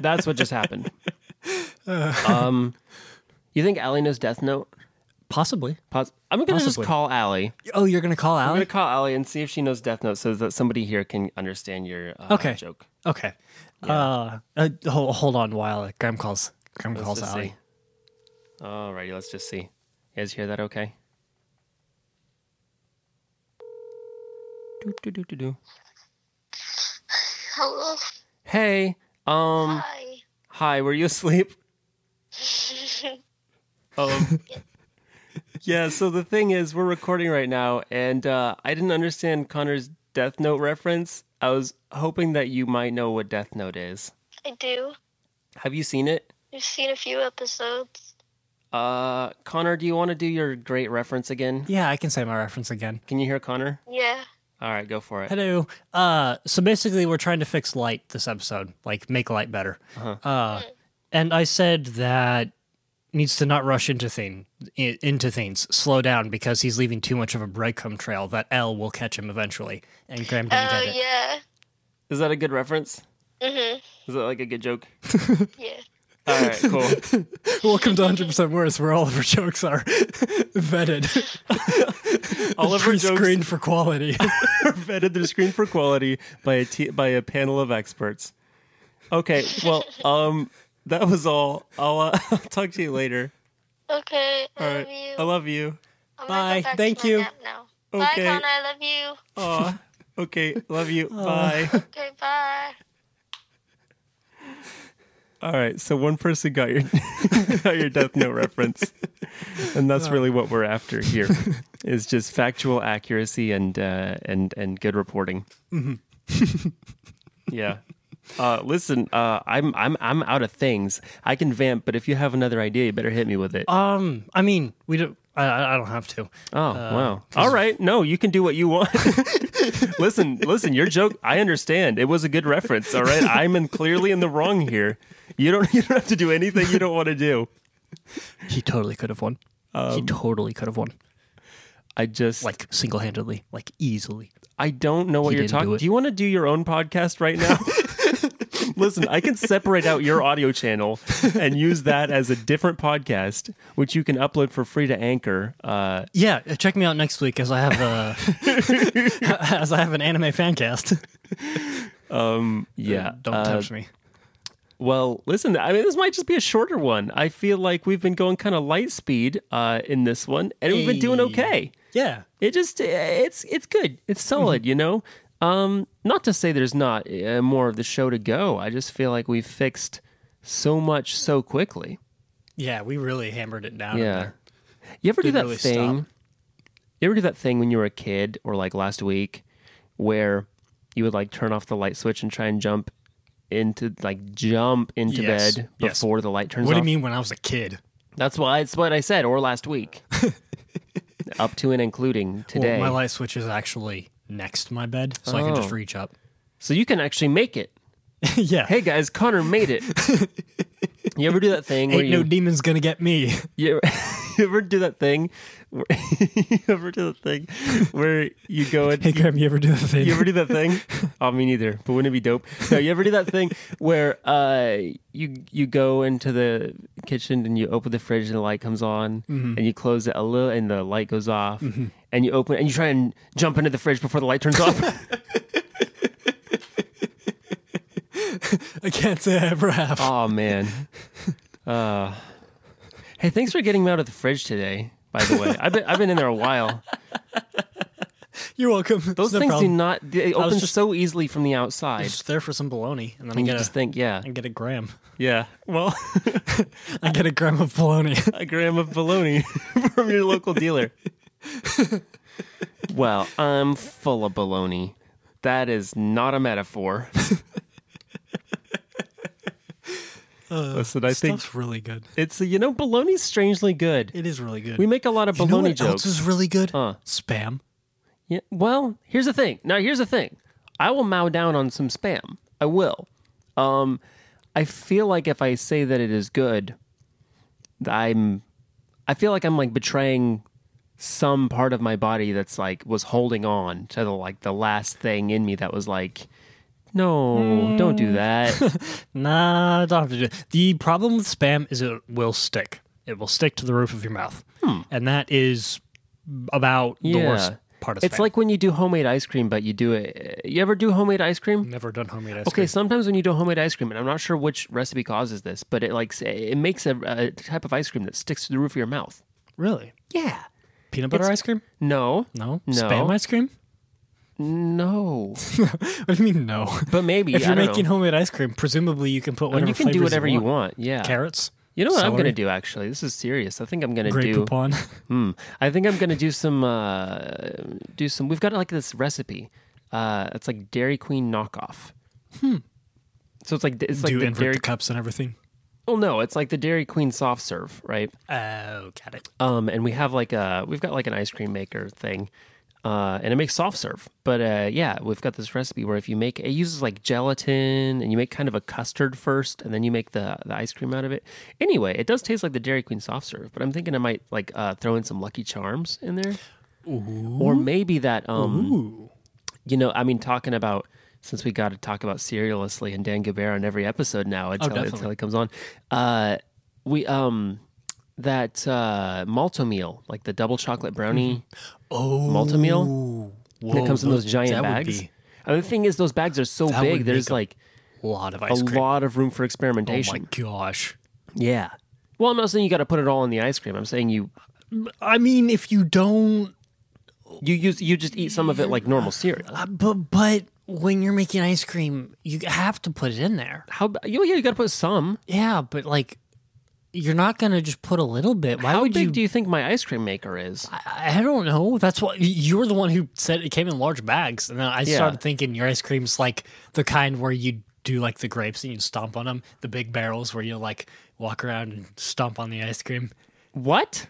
Speaker 1: That's what just happened. Um, you think Allie knows Death Note?
Speaker 2: Possibly.
Speaker 1: Pos- I'm gonna
Speaker 2: Possibly.
Speaker 1: just call Allie.
Speaker 2: Oh, you're gonna call
Speaker 1: I'm
Speaker 2: out?
Speaker 1: gonna call Allie and see if she knows Death Note, so that somebody here can understand your uh,
Speaker 2: Okay.
Speaker 1: joke.
Speaker 2: Okay. Uh, uh, hold, hold on while Graham calls. Graham
Speaker 1: Let's
Speaker 2: calls
Speaker 1: just
Speaker 2: Allie.
Speaker 1: see. Alrighty, let's just see. You guys hear that? Okay. Do, do, do, do, do.
Speaker 6: Hello.
Speaker 1: Hey. Um.
Speaker 2: Hmm.
Speaker 6: Hi.
Speaker 1: Hi. Were you asleep? Um, yeah, so the thing is, we're recording right now, and uh, I didn't understand Connor's Death Note reference. I was hoping that you might know what Death Note is.
Speaker 6: I do.
Speaker 1: Have you seen it?
Speaker 6: I've seen a few episodes.
Speaker 1: Uh, Connor, do you want to do your great reference again?
Speaker 2: Yeah, I can say my reference again.
Speaker 1: Can you hear Connor?
Speaker 6: Yeah.
Speaker 1: All right, go for it.
Speaker 2: Hello. Uh, so basically, we're trying to fix light this episode, like make light better.
Speaker 1: Uh-huh.
Speaker 2: uh and I said that needs to not rush into thing i- into things, slow down because he's leaving too much of a breadcrumb trail that L will catch him eventually. And Graham didn't
Speaker 6: Oh,
Speaker 2: get it.
Speaker 6: yeah.
Speaker 1: Is that a good reference?
Speaker 6: Mhm.
Speaker 1: Is that like a good joke?
Speaker 6: Yeah.
Speaker 1: All right, cool.
Speaker 2: Welcome to 100 percent worse, where all of our jokes are vetted,
Speaker 1: All of our jokes
Speaker 2: pre-screened for quality.
Speaker 1: are vetted. They're screened for quality by a t- by a panel of experts. Okay, well, um, that was all. I'll, uh, I'll talk to you later.
Speaker 6: Okay. I
Speaker 1: All
Speaker 6: love
Speaker 1: right,
Speaker 6: you.
Speaker 1: I love you.
Speaker 6: I'm
Speaker 2: Oh, Bye.
Speaker 6: Gonna go back
Speaker 2: Thank
Speaker 6: to my
Speaker 2: you.
Speaker 6: nap now. Bye,
Speaker 1: Okay.
Speaker 6: Connor. I love you.
Speaker 1: Aw. okay, love you. Bye.
Speaker 6: Okay, bye.
Speaker 1: All right, so one person got your got your Death Note reference, and that's really what we're after here, is just factual accuracy and uh, and and good reporting. yeah. Uh, listen, uh, I'm I'm I'm out of things. I can vamp, but if you have another idea, you better hit me with it.
Speaker 2: um, I mean, we don't. I- I, I don't have to.
Speaker 1: oh wow! All right, no, you can do what you want. listen, listen, your joke. I understand. It was a good reference. All right, I'm in, clearly in the wrong here. You don't you don't have to do anything you don't want to do.
Speaker 2: He totally could have won. he totally could have won,
Speaker 1: I just
Speaker 2: like single-handedly, like easily.
Speaker 1: I don't know what
Speaker 2: He
Speaker 1: you're
Speaker 2: didn't
Speaker 1: talking.
Speaker 2: do
Speaker 1: Do,
Speaker 2: it.
Speaker 1: you want to do your own podcast right now? Listen, I can separate out your audio channel and use that as a different podcast, which you can upload for free to Anchor. Uh,
Speaker 2: Yeah, uh, check me out next week as I have a as I have an anime fan cast.
Speaker 1: yeah,
Speaker 2: don't
Speaker 1: uh,
Speaker 2: touch me.
Speaker 1: Well, listen, I mean, this might just be a shorter one. I feel like we've been going kind of light speed uh, in this one, and we've been doing
Speaker 2: Hey.
Speaker 1: okay.
Speaker 2: Yeah,
Speaker 1: It just it's it's good. It's
Speaker 2: Mm-hmm.
Speaker 1: solid, you know. Um, not to say there's not uh, more of the show to go. I just feel like we've fixed so much so quickly.
Speaker 2: yeah, we really hammered it down. in
Speaker 1: Yeah.
Speaker 2: there.
Speaker 1: You ever do
Speaker 2: Didn't
Speaker 1: that
Speaker 2: really stop.
Speaker 1: thing? You ever do that thing when you were a kid or like last week where you would like turn off the light switch and try and jump into like jump into
Speaker 2: Yes.
Speaker 1: bed
Speaker 2: Yes.
Speaker 1: before the light turns
Speaker 2: What do you
Speaker 1: off?
Speaker 2: mean when I was a kid?
Speaker 1: That's why it's what I said or last week. Up to and including today.
Speaker 2: Well, my light switch is actually next to my bed, so I can just
Speaker 1: Oh.
Speaker 2: reach up.
Speaker 1: so you can actually make it.
Speaker 2: yeah,
Speaker 1: Hey guys, Connor made it. you ever do that thing where
Speaker 2: ain't no
Speaker 1: you
Speaker 2: demons gonna get me.
Speaker 1: You ever, you ever do that thing? Where, you ever do that thing where you go and
Speaker 2: hey Graham, you ever do the thing?
Speaker 1: you ever do that thing? Oh, me neither. But wouldn't it be dope? No, you ever do that thing where uh, you you go into the kitchen and you open the fridge and the light comes on and you close it a little and the light goes off and you open and you try and jump into the fridge before the light turns off.
Speaker 2: I can't say I ever have.
Speaker 1: oh man. Uh, hey, thanks for getting me out of the fridge today. By the way, I've been I've been in there a while.
Speaker 2: You're welcome.
Speaker 1: Those things do not they
Speaker 2: was
Speaker 1: open
Speaker 2: just-
Speaker 1: so easily from the outside.
Speaker 2: Just there for some baloney, and then I
Speaker 1: and
Speaker 2: get
Speaker 1: you
Speaker 2: a
Speaker 1: just think, yeah,
Speaker 2: I get a gram.
Speaker 1: yeah. Well.
Speaker 2: I get a gram of baloney.
Speaker 1: a gram of bologna from your local dealer. well, I'm full of bologna. That is not a metaphor. Listen, I think
Speaker 2: Stuff's really good.
Speaker 1: it's you know bologna's strangely good.
Speaker 2: It is really good.
Speaker 1: We make a lot of
Speaker 2: You know
Speaker 1: bologna
Speaker 2: what
Speaker 1: jokes.
Speaker 2: else is really good? Spam.
Speaker 1: yeah, well, here's the thing. Now, here's the thing. I will mow down on some spam. I will. Um, I feel like if I say that it is good, I'm I feel like I'm like betraying some part of my body that's like was holding on to the like the last thing in me that was like no, don't
Speaker 2: Hmm.
Speaker 1: do that.
Speaker 2: Nah, don't have to do it. The problem with spam is it will stick. It will stick to the roof of your mouth. And that is about the
Speaker 1: Hmm. Yeah.
Speaker 2: worst part of spam.
Speaker 1: it's like when you do homemade ice cream but you do it you ever do homemade ice cream?
Speaker 2: never done homemade ice
Speaker 1: Okay, sometimes when you do homemade ice cream, and I'm not sure which recipe causes this, but it like it makes a, a type of ice cream that sticks to the roof of your mouth.
Speaker 2: cream. Really?
Speaker 1: Yeah.
Speaker 2: Peanut butter ice cream?
Speaker 1: No.
Speaker 2: No.
Speaker 1: No.
Speaker 2: Spam ice cream?
Speaker 1: No.
Speaker 2: What do you mean no?
Speaker 1: But maybe
Speaker 2: if
Speaker 1: I
Speaker 2: you're
Speaker 1: don't
Speaker 2: making
Speaker 1: know.
Speaker 2: homemade ice cream, presumably you can put
Speaker 1: I
Speaker 2: whatever
Speaker 1: mean, you can do
Speaker 2: flavors
Speaker 1: whatever you
Speaker 2: you want.
Speaker 1: want. Yeah.
Speaker 2: Carrots?
Speaker 1: You know what I'm
Speaker 2: Celery?
Speaker 1: going to do? Actually, this is serious. I think I'm going to
Speaker 2: Great
Speaker 1: do.
Speaker 2: Poupon.
Speaker 1: Hmm. I think I'm going to do some. Uh, do some. We've got like this recipe. Uh, it's like Dairy Queen knockoff. Hmm. So it's like it's like
Speaker 2: Do
Speaker 1: the
Speaker 2: invert
Speaker 1: Dairy.
Speaker 2: the cups and everything.
Speaker 1: oh no, it's like the Dairy Queen soft serve, right?
Speaker 2: Oh, got it.
Speaker 1: Um, and we have like a we've got like an ice cream maker thing, uh, and it makes soft serve. But uh, yeah, we've got this recipe where if you make it uses like gelatin, and you make kind of a custard first, and then you make the the ice cream out of it. Anyway, it does taste like the Dairy Queen soft serve, but I'm thinking I might like uh, throw in some Lucky Charms in there, or maybe that um, you know, I mean, talking about since we got to talk about serialistly and Dan Gilbert on every episode now
Speaker 2: Oh,
Speaker 1: until, until he comes on, uh, we um that uh, malto meal, like the double chocolate brownie
Speaker 2: Oh,
Speaker 1: malto meal
Speaker 2: Whoa,
Speaker 1: that comes in those giant
Speaker 2: that
Speaker 1: bags.
Speaker 2: Would
Speaker 1: And the thing is, those bags are so
Speaker 2: That would
Speaker 1: big.
Speaker 2: make
Speaker 1: There's
Speaker 2: a
Speaker 1: like
Speaker 2: be a lot of
Speaker 1: a
Speaker 2: ice cream.
Speaker 1: lot of room for
Speaker 2: oh my
Speaker 1: experimentation.
Speaker 2: gosh.
Speaker 1: yeah. Well, I'm not saying you got to put it all in the ice cream. I'm saying you
Speaker 2: I mean, if you don't,
Speaker 1: you use you just eat some of it like normal cereal.
Speaker 2: uh, but but when you're making ice cream, you have to put it in there.
Speaker 1: How ab- you yeah you got to put some.
Speaker 2: Yeah, but like, you're not gonna just put a little bit. Why
Speaker 1: How
Speaker 2: would
Speaker 1: big
Speaker 2: you?
Speaker 1: do you think my ice cream maker is?
Speaker 2: I I don't know. That's what you're the one who said it came in large bags, and then I
Speaker 1: Yeah.
Speaker 2: started thinking your ice cream's like the kind where you do like the grapes and you stomp on them, the big barrels where you like walk around and stomp on the ice cream.
Speaker 1: What?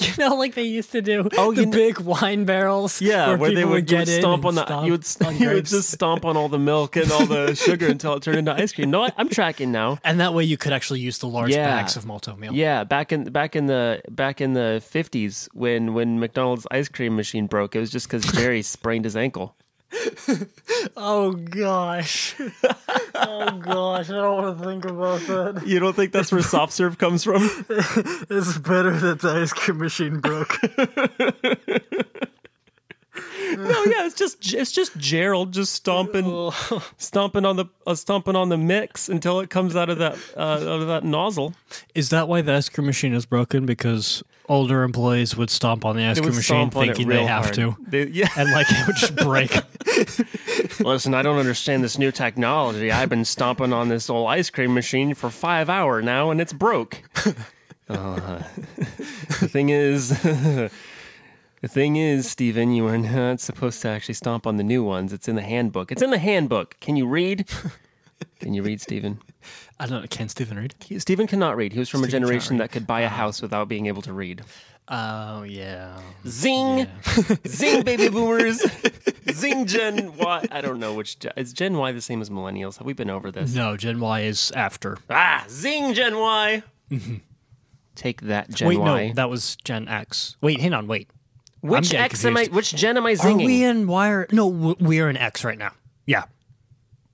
Speaker 2: You know, like they used to do.
Speaker 1: Oh,
Speaker 2: Oh, the
Speaker 1: you kn-
Speaker 2: big wine barrels.
Speaker 1: Yeah, where, they
Speaker 2: people
Speaker 1: would, you would
Speaker 2: in
Speaker 1: stomp
Speaker 2: and
Speaker 1: on the you would
Speaker 2: on
Speaker 1: you would
Speaker 2: grapes.
Speaker 1: just stomp on all the milk and all the sugar until it turned into ice cream. No, I, I'm tracking now.
Speaker 2: and that way you could actually use the large
Speaker 1: Yeah.
Speaker 2: bags of malto meal.
Speaker 1: Yeah, back in back in the back in the 50s when when McDonald's ice cream machine broke, it was just because Jerry sprained his ankle.
Speaker 2: Oh gosh. oh gosh, I don't want to think about that.
Speaker 1: You don't think that's where soft serve comes from?
Speaker 2: It's better that the ice cream machine broke.
Speaker 1: no, yeah, it's just it's just Gerald just stomping stomping on the uh, stomping on the mix until it comes out of that uh, out of that nozzle.
Speaker 2: Is that why the ice cream machine is broken? Because older employees would stomp on the ice
Speaker 1: It
Speaker 2: cream
Speaker 1: would
Speaker 2: machine
Speaker 1: stomp on it
Speaker 2: thinking
Speaker 1: real
Speaker 2: they have
Speaker 1: hard.
Speaker 2: to.
Speaker 1: They- yeah.
Speaker 2: And like it would just break.
Speaker 1: Listen, I don't understand this new technology. I've been stomping on this old ice cream machine for five hour now, and it's broke. Uh, the thing is, the thing is, Stephen, you are not supposed to actually stomp on the new ones. It's in the handbook. It's in the handbook. Can you read? Can you read, Stephen?
Speaker 2: I don't know. Can Stephen read?
Speaker 1: Stephen cannot read. He was from a
Speaker 2: cannot
Speaker 1: generation that could buy a house without being able to read.
Speaker 2: Oh, yeah.
Speaker 1: Zing, zing, baby boomers, zing, Gen Y. I don't know which gen. is Gen Y the same as millennials. Have we been over this?
Speaker 2: No, Gen Y is after.
Speaker 1: Ah, zing, Gen Y. Take that, Gen
Speaker 2: wait,
Speaker 1: Y.
Speaker 2: no, that was Gen X. Wait, hang on, wait. I'm
Speaker 1: which
Speaker 2: getting
Speaker 1: X am I?
Speaker 2: confused.
Speaker 1: Which Gen am I
Speaker 2: Are
Speaker 1: zinging?
Speaker 2: we in Y or no? w- We are in X right now. Yeah.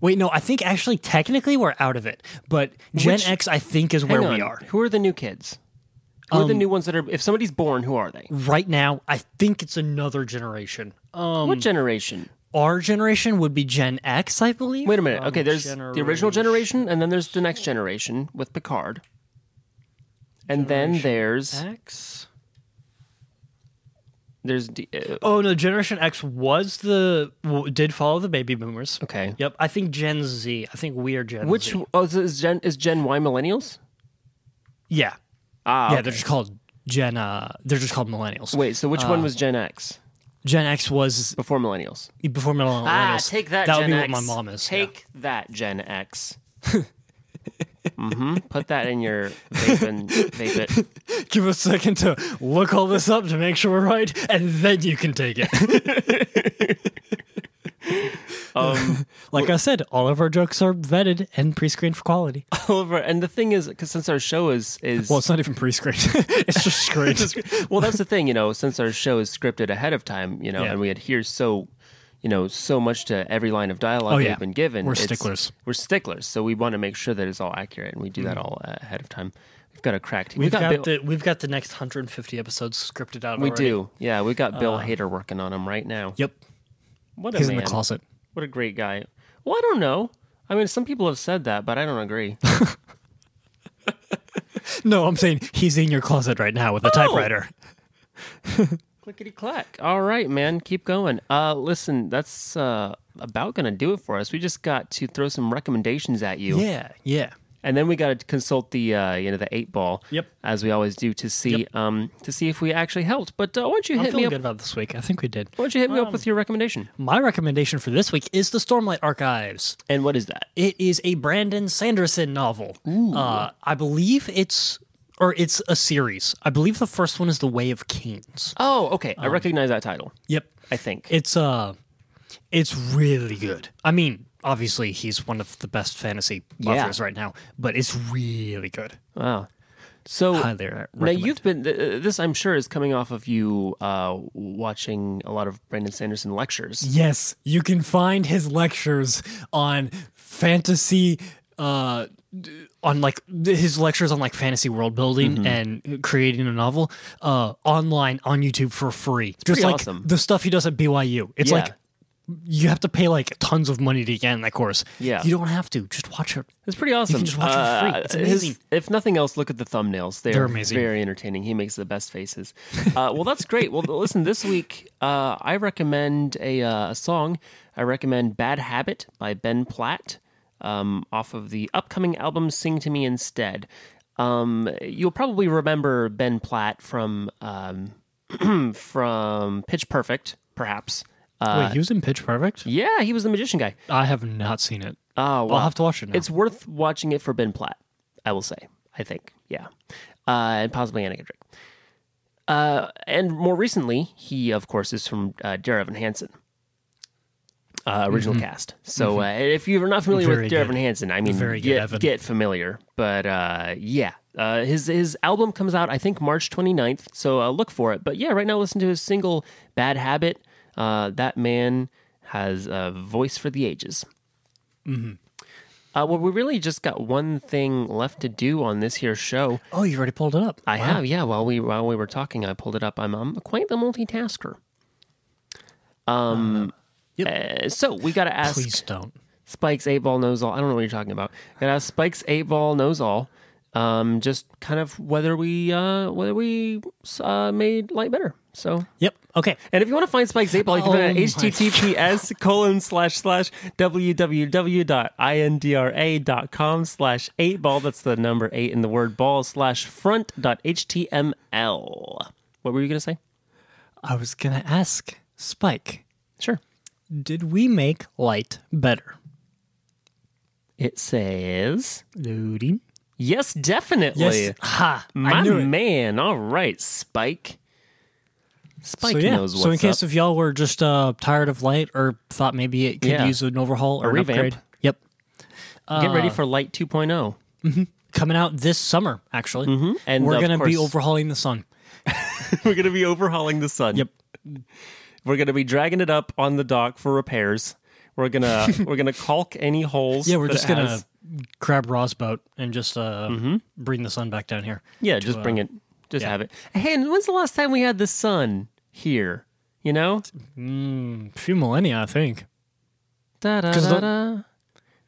Speaker 2: Wait, no. I think actually, technically, we're out of it. But Gen
Speaker 1: Which-
Speaker 2: X, I think, is
Speaker 1: Hang
Speaker 2: where we
Speaker 1: on.
Speaker 2: are Um,
Speaker 1: Who are the new kids? Who are the new ones that are? If somebody's born, who are they?
Speaker 2: right now. I think it's another generation. Um,
Speaker 1: What generation?
Speaker 2: our generation would be Gen X, I believe. Um,
Speaker 1: Wait a minute. Okay, there's the original generation, and then there's the next generation with Picard, and then there's
Speaker 2: X.
Speaker 1: there's D- uh,
Speaker 2: Oh no, Generation X was the w- did follow the baby boomers.
Speaker 1: okay.
Speaker 2: Yep, I think Gen Z. I think we are Gen
Speaker 1: Which
Speaker 2: Z.
Speaker 1: oh, so is Gen is Gen Y millennials?
Speaker 2: Yeah,
Speaker 1: Ah,
Speaker 2: yeah. They're just called Gen. Uh, they're just called millennials.
Speaker 1: wait. So which
Speaker 2: uh,
Speaker 1: one was Gen X
Speaker 2: Gen X was
Speaker 1: before millennials?
Speaker 2: before millennials.
Speaker 1: Ah, take that.
Speaker 2: That
Speaker 1: Gen
Speaker 2: would be
Speaker 1: X.
Speaker 2: what my mom is. yeah.
Speaker 1: Take that, Gen X. hmm Put that in your vape and vape it.
Speaker 2: Give a second to look all this up to make sure we're right, and then you can take it.
Speaker 1: Um,
Speaker 2: like I said, all of our jokes are vetted and pre-screened for quality.
Speaker 1: Oliver, and the thing is, because since our show is is
Speaker 2: Well, it's not even pre-screened; it's just screened.
Speaker 1: well, that's the thing, you know, since our show is scripted ahead of time, you know,
Speaker 2: Yeah.
Speaker 1: and we adhere so, you know, so much to every line of dialogue
Speaker 2: Oh,
Speaker 1: we've
Speaker 2: yeah.
Speaker 1: been given.
Speaker 2: We're
Speaker 1: it's-
Speaker 2: sticklers.
Speaker 1: We're sticklers, so we want to make sure that it's all accurate, and we do that all uh, ahead of time. We've got a cracked.
Speaker 2: We've got,
Speaker 1: Bill,
Speaker 2: the we've got the next 150 episodes scripted out.
Speaker 1: we
Speaker 2: already.
Speaker 1: do, yeah. We've got Bill Hader working on him right now.
Speaker 2: Yep,
Speaker 1: What a
Speaker 2: he's in
Speaker 1: man.
Speaker 2: the closet.
Speaker 1: What a great guy. Well, I don't know. I mean, some people have said that, but I don't agree.
Speaker 2: No, I'm saying he's in your closet right now with a typewriter.
Speaker 1: Clickety clack. All right, man. Keep going. Uh, listen, that's uh, about going to do it for us. We just got to throw some recommendations at you.
Speaker 2: Yeah, yeah.
Speaker 1: and then we got to consult the uh, you know the eight ball.
Speaker 2: Yep.
Speaker 1: As we always do to see um to see if we actually helped. But uh, why don't you
Speaker 2: I'm
Speaker 1: hit me
Speaker 2: feeling
Speaker 1: up?
Speaker 2: good Um, about this week. I think we did.
Speaker 1: Why don't you hit me up with your recommendation?
Speaker 2: My recommendation for this week is the Stormlight Archives.
Speaker 1: And what is that?
Speaker 2: It is a Brandon Sanderson novel. Uh, I believe it's or it's a series. I believe the first one is The Way of Kings.
Speaker 1: Oh, okay.
Speaker 2: um,
Speaker 1: I recognize that title.
Speaker 2: Yep.
Speaker 1: I think.
Speaker 2: It's uh it's really good. I mean, obviously he's one of the best fantasy
Speaker 1: Yeah.
Speaker 2: authors right now, but it's really good.
Speaker 1: wow. So
Speaker 2: Highly re-
Speaker 1: now
Speaker 2: recommend.
Speaker 1: you've been th- th- this. I'm sure is coming off of you uh, watching a lot of Brandon Sanderson lectures.
Speaker 5: Yes, you can find his lectures on
Speaker 2: fantasy uh d- on like his lectures on like fantasy world building
Speaker 1: Mm-hmm.
Speaker 2: and creating a novel uh online on YouTube for free. Just
Speaker 1: pretty
Speaker 2: like
Speaker 1: awesome.
Speaker 2: the stuff he does at BYU. It's
Speaker 1: Yeah.
Speaker 2: like you have to pay like tons of money to get in that course.
Speaker 1: Yeah.
Speaker 2: You don't have to. Just watch it.
Speaker 1: It's pretty awesome. Uh,
Speaker 2: just watch it for free. It's
Speaker 1: his-
Speaker 2: amazing.
Speaker 1: if nothing else, look at the thumbnails. They
Speaker 2: They're
Speaker 1: are
Speaker 2: amazing.
Speaker 1: very entertaining. He makes the best faces. Uh, well, that's great. Well, listen, this week uh, I recommend a, uh, a song. I recommend "Bad Habit" by Ben Platt um, off of the upcoming album "Sing to Me Instead." Um, you'll probably remember Ben Platt from um, from Pitch Perfect, perhaps. Uh,
Speaker 2: Wait, he was in Pitch Perfect?
Speaker 1: yeah, he was the magician guy.
Speaker 2: I have not seen it.
Speaker 1: Oh, wow.
Speaker 2: I'll have to watch it now.
Speaker 1: It's worth watching it for Ben Platt, I will say. I think, yeah, uh, and possibly Anna Kendrick. Uh, and more recently, he of course is from uh, Dear Evan Hansen, uh, original cast. So uh, if you're not familiar
Speaker 2: Mm-hmm. Very
Speaker 1: with Dear
Speaker 2: good.
Speaker 1: Evan Hansen, I mean,
Speaker 2: Very good
Speaker 1: get,
Speaker 2: Evan.
Speaker 1: get familiar. But uh, yeah, uh, his his album comes out I think March 29th, so uh, look for it. But yeah, right now listen to his single "Bad Habit." Uh, that man has a voice for the ages.
Speaker 2: Mm-hmm.
Speaker 1: Uh, well, we really just got one thing left to do on this here show.
Speaker 2: oh, you already pulled it up.
Speaker 1: I have, yeah. While we while we were talking, I pulled it up. I'm, I'm quite the multitasker. Um, uh, so we got to ask
Speaker 2: Please don't.
Speaker 1: Spike's eight ball knows all. I don't know what you're talking about. Got to ask Spike's eight ball knows all. Um, just kind of whether we uh whether we uh made light better. So
Speaker 2: Yep. Okay.
Speaker 1: and if you want to find Spike's 8-Ball, you can find it
Speaker 2: Oh my
Speaker 1: at https colon slash slash www.indra.com slash 8-Ball. That's the number 8 in the word ball slash front dot html. What were you going to say?
Speaker 2: I was gonna ask Spike,
Speaker 1: Sure.
Speaker 2: did we make light better?
Speaker 1: It says,
Speaker 2: Loading.
Speaker 1: yes, definitely.
Speaker 2: Yes. Ha.
Speaker 1: My
Speaker 2: I knew it.
Speaker 1: man. All right, Spike. Spike
Speaker 2: so yeah.
Speaker 1: knows what's
Speaker 2: so in case
Speaker 1: up.
Speaker 2: if y'all were just uh, tired of light or thought maybe it could
Speaker 1: Yeah.
Speaker 2: use an overhaul or an
Speaker 1: revamp.
Speaker 2: upgrade. Yep.
Speaker 1: Get
Speaker 2: Uh,
Speaker 1: ready for Light 2.0.
Speaker 2: Coming out this summer, actually.
Speaker 1: Mm-hmm. And
Speaker 2: we're
Speaker 1: of
Speaker 2: gonna be
Speaker 1: course-
Speaker 2: overhauling the sun.
Speaker 1: We're going to be overhauling the sun.
Speaker 2: Yep.
Speaker 1: We're gonna be dragging it up on the dock for repairs. We're gonna we're gonna caulk any holes.
Speaker 2: Yeah, we're
Speaker 1: that
Speaker 2: just
Speaker 1: it
Speaker 2: gonna
Speaker 1: has.
Speaker 2: grab Ross boat and just uh,
Speaker 1: Mm-hmm.
Speaker 2: bring the sun back down here.
Speaker 1: yeah, just
Speaker 2: uh,
Speaker 1: bring it, just have it. Hey, and when's the last time we had the sun here? You know,
Speaker 2: A few millennia, I think.
Speaker 1: da da
Speaker 2: 'Cause
Speaker 1: da
Speaker 2: the-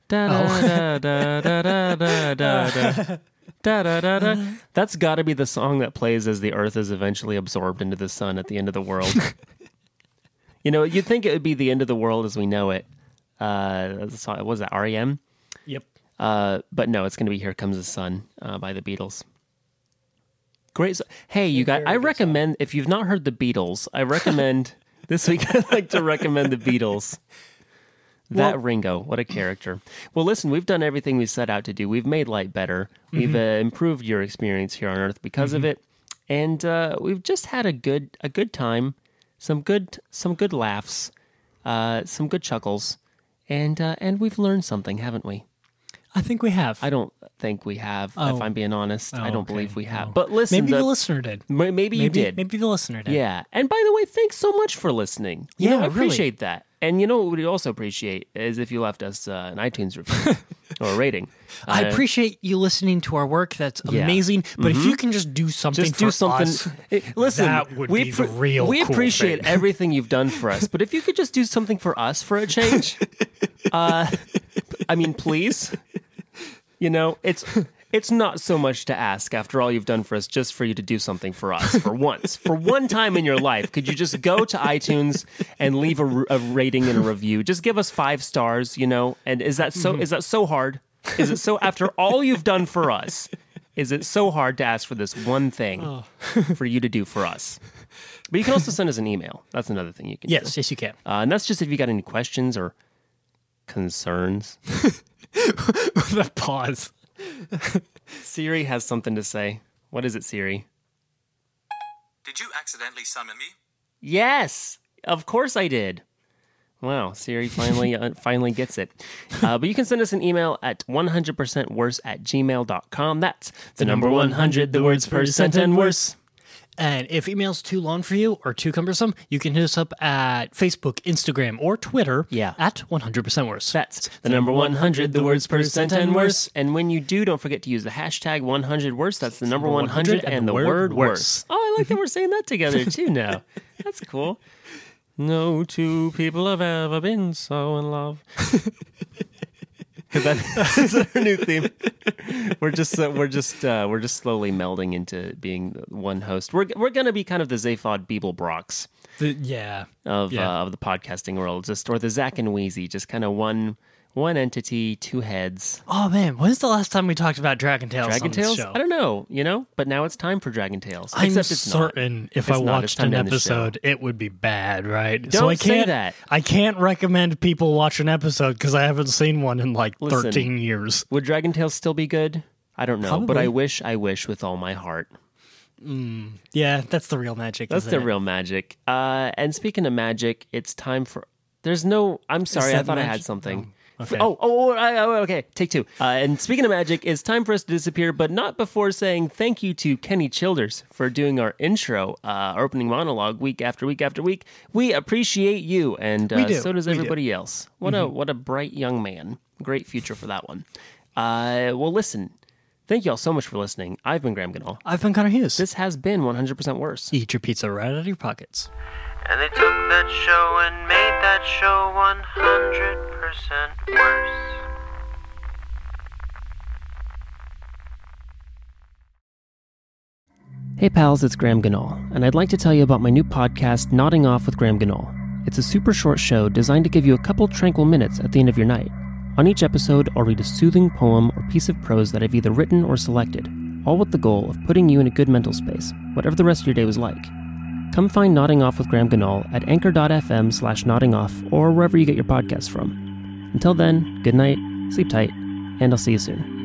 Speaker 1: da da da da da da da da da. Da, da, da, da.
Speaker 2: Oh.
Speaker 1: That's got to be the song that plays as the Earth is eventually absorbed into the sun at the end of the world. you know, you'd think it would be the end of the world as we know it. Uh, that's the song- what was that REM?
Speaker 2: Yep.
Speaker 1: Uh, but no, it's going to be "Here Comes the Sun" uh, by the Beatles. Great. So- hey, you guys, I recommend if you've not heard the Beatles, I recommend this week. I'd like to recommend the Beatles. That Ringo, what a character. Well, listen, we've done everything we set out to do. We've made light better. We've uh, improved your experience here on Earth because of it, and uh, we've just had a good a good time, some good some good laughs, uh, some good chuckles, and uh, and we've learned something, haven't we?
Speaker 2: I think we have.
Speaker 1: I don't think we have.
Speaker 2: Oh.
Speaker 1: If I'm being honest, I don't
Speaker 2: okay.
Speaker 1: believe we have.
Speaker 2: Oh.
Speaker 1: But listen,
Speaker 2: maybe the,
Speaker 1: the-
Speaker 2: listener did.
Speaker 1: ma- maybe, you did.
Speaker 2: Maybe the listener did.
Speaker 1: Yeah. And by the way, thanks so much for listening. You
Speaker 2: Yeah,
Speaker 1: know, I
Speaker 2: really.
Speaker 1: appreciate that. And you know what we'd also appreciate is if you left us uh, an iTunes review or a rating.
Speaker 2: I
Speaker 1: Uh,
Speaker 2: appreciate you listening to our work. That's
Speaker 1: Yeah. Mm-hmm.
Speaker 2: amazing. But if you can just do something,
Speaker 1: just do
Speaker 2: for
Speaker 1: something.
Speaker 2: us-
Speaker 1: Eh, Listen,
Speaker 2: that would
Speaker 1: we
Speaker 2: be the
Speaker 1: appre-
Speaker 2: real
Speaker 1: We
Speaker 2: cool
Speaker 1: appreciate
Speaker 2: thing.
Speaker 1: everything you've done for us, but if you could just do something for us for a change, uh, I mean, please. You know, it's it's not so much to ask after all you've done for us, just for you to do something for us for once, for one time in your life. Could you just go to iTunes and leave a, r- a rating and a review? Just give us five stars. You know, and is that so? Is that so hard? Is it so after all you've done for us, is it so hard to ask for this one thing for you to do for us? But you can also send us an email. That's another thing you can do.
Speaker 2: Yes, yes, you can.
Speaker 1: Uh, and that's just if you got any questions or concerns.
Speaker 2: that pause.
Speaker 1: Siri has something to say. What is it, Siri?
Speaker 7: Did you accidentally summon me?
Speaker 1: Yes, of course I did. Wow, Siri finally uh, finally gets it. Uh, but you can send us an email at 100%worse at gmail.com. That's the number 100, the words per sentence worse.
Speaker 2: And if email's too long for you or too cumbersome, you can hit us up at Facebook, Instagram, or Twitter
Speaker 1: Yeah.
Speaker 2: at 100% Worse.
Speaker 1: That's the number 100, the words per sentence worse. And when you do, don't forget to use the hashtag 100worse. That's the number 100 and the word worse. Oh, I like that we're saying that together too now. That's cool. No two people have ever been so in love. That's our new theme. We're just uh, we're just uh, we're just slowly melding into being one host. We're we're gonna be kind of the Zaphod Beeble Brox
Speaker 2: The- yeah.
Speaker 1: of
Speaker 2: Yeah.
Speaker 1: uh, of the podcasting world, just or the Zach and Wheezy, just kind of one one entity, two heads.
Speaker 2: Oh, man. When's the last time we talked about Dragon Tales?
Speaker 1: Dragon
Speaker 2: on this
Speaker 1: Tales?
Speaker 2: Show?
Speaker 1: I don't know, you know, but now it's time for Dragon Tales.
Speaker 2: I'm
Speaker 1: Except it's not.
Speaker 2: certain if
Speaker 1: It's
Speaker 2: I
Speaker 1: not. It's
Speaker 2: watched
Speaker 1: time
Speaker 2: an
Speaker 1: to end the show.
Speaker 2: episode, it would be bad, right?
Speaker 1: Don't
Speaker 2: so I
Speaker 1: say
Speaker 2: can't,
Speaker 1: that.
Speaker 2: I can't recommend people watch an episode because I haven't seen one in like
Speaker 1: Listen.
Speaker 2: 13 years.
Speaker 1: Would Dragon Tales still be good? I don't know, but
Speaker 2: Probably.
Speaker 1: I wish, I wish with all my heart.
Speaker 2: Yeah, that's the real magic.
Speaker 1: That's the
Speaker 2: isn't it?
Speaker 1: real magic. Uh, and speaking of magic, it's time for. There's no. I'm sorry. I
Speaker 2: that
Speaker 1: thought I had
Speaker 2: magic?
Speaker 1: something.
Speaker 2: Oh, okay.
Speaker 1: Oh, oh, oh, I- oh, okay. Take two. Uh, and speaking of magic, it's time for us to disappear, but not before saying thank you to Kenny Childers for doing our intro, uh, our opening monologue week after week after week. We appreciate you, and uh,
Speaker 2: do.
Speaker 1: so does
Speaker 2: We do. Mm-hmm.
Speaker 1: everybody else. What a what a bright young man. Great future for that one. Uh, well, listen. Thank you all so much for listening. I've been Graham Ganol.
Speaker 2: I've been Connor Hughes.
Speaker 1: This has been 100% worse.
Speaker 2: Eat your pizza right out of your pockets.
Speaker 3: And they took that show and made that show 100% worse.
Speaker 1: Hey pals, it's Graham Ganol, and I'd like to tell you about my new podcast, Nodding Off with Graham Ganol. It's a super short show designed to give you a couple tranquil minutes at the end of your night. On each episode, I'll read a soothing poem or piece of prose that I've either written or selected, all with the goal of putting you in a good mental space, whatever the rest of your day was like. Come find Nodding Off with Graham Ganol at anchor.fm slash nodding off or wherever you get your podcasts from. Until then, good night, sleep tight, and I'll see you soon.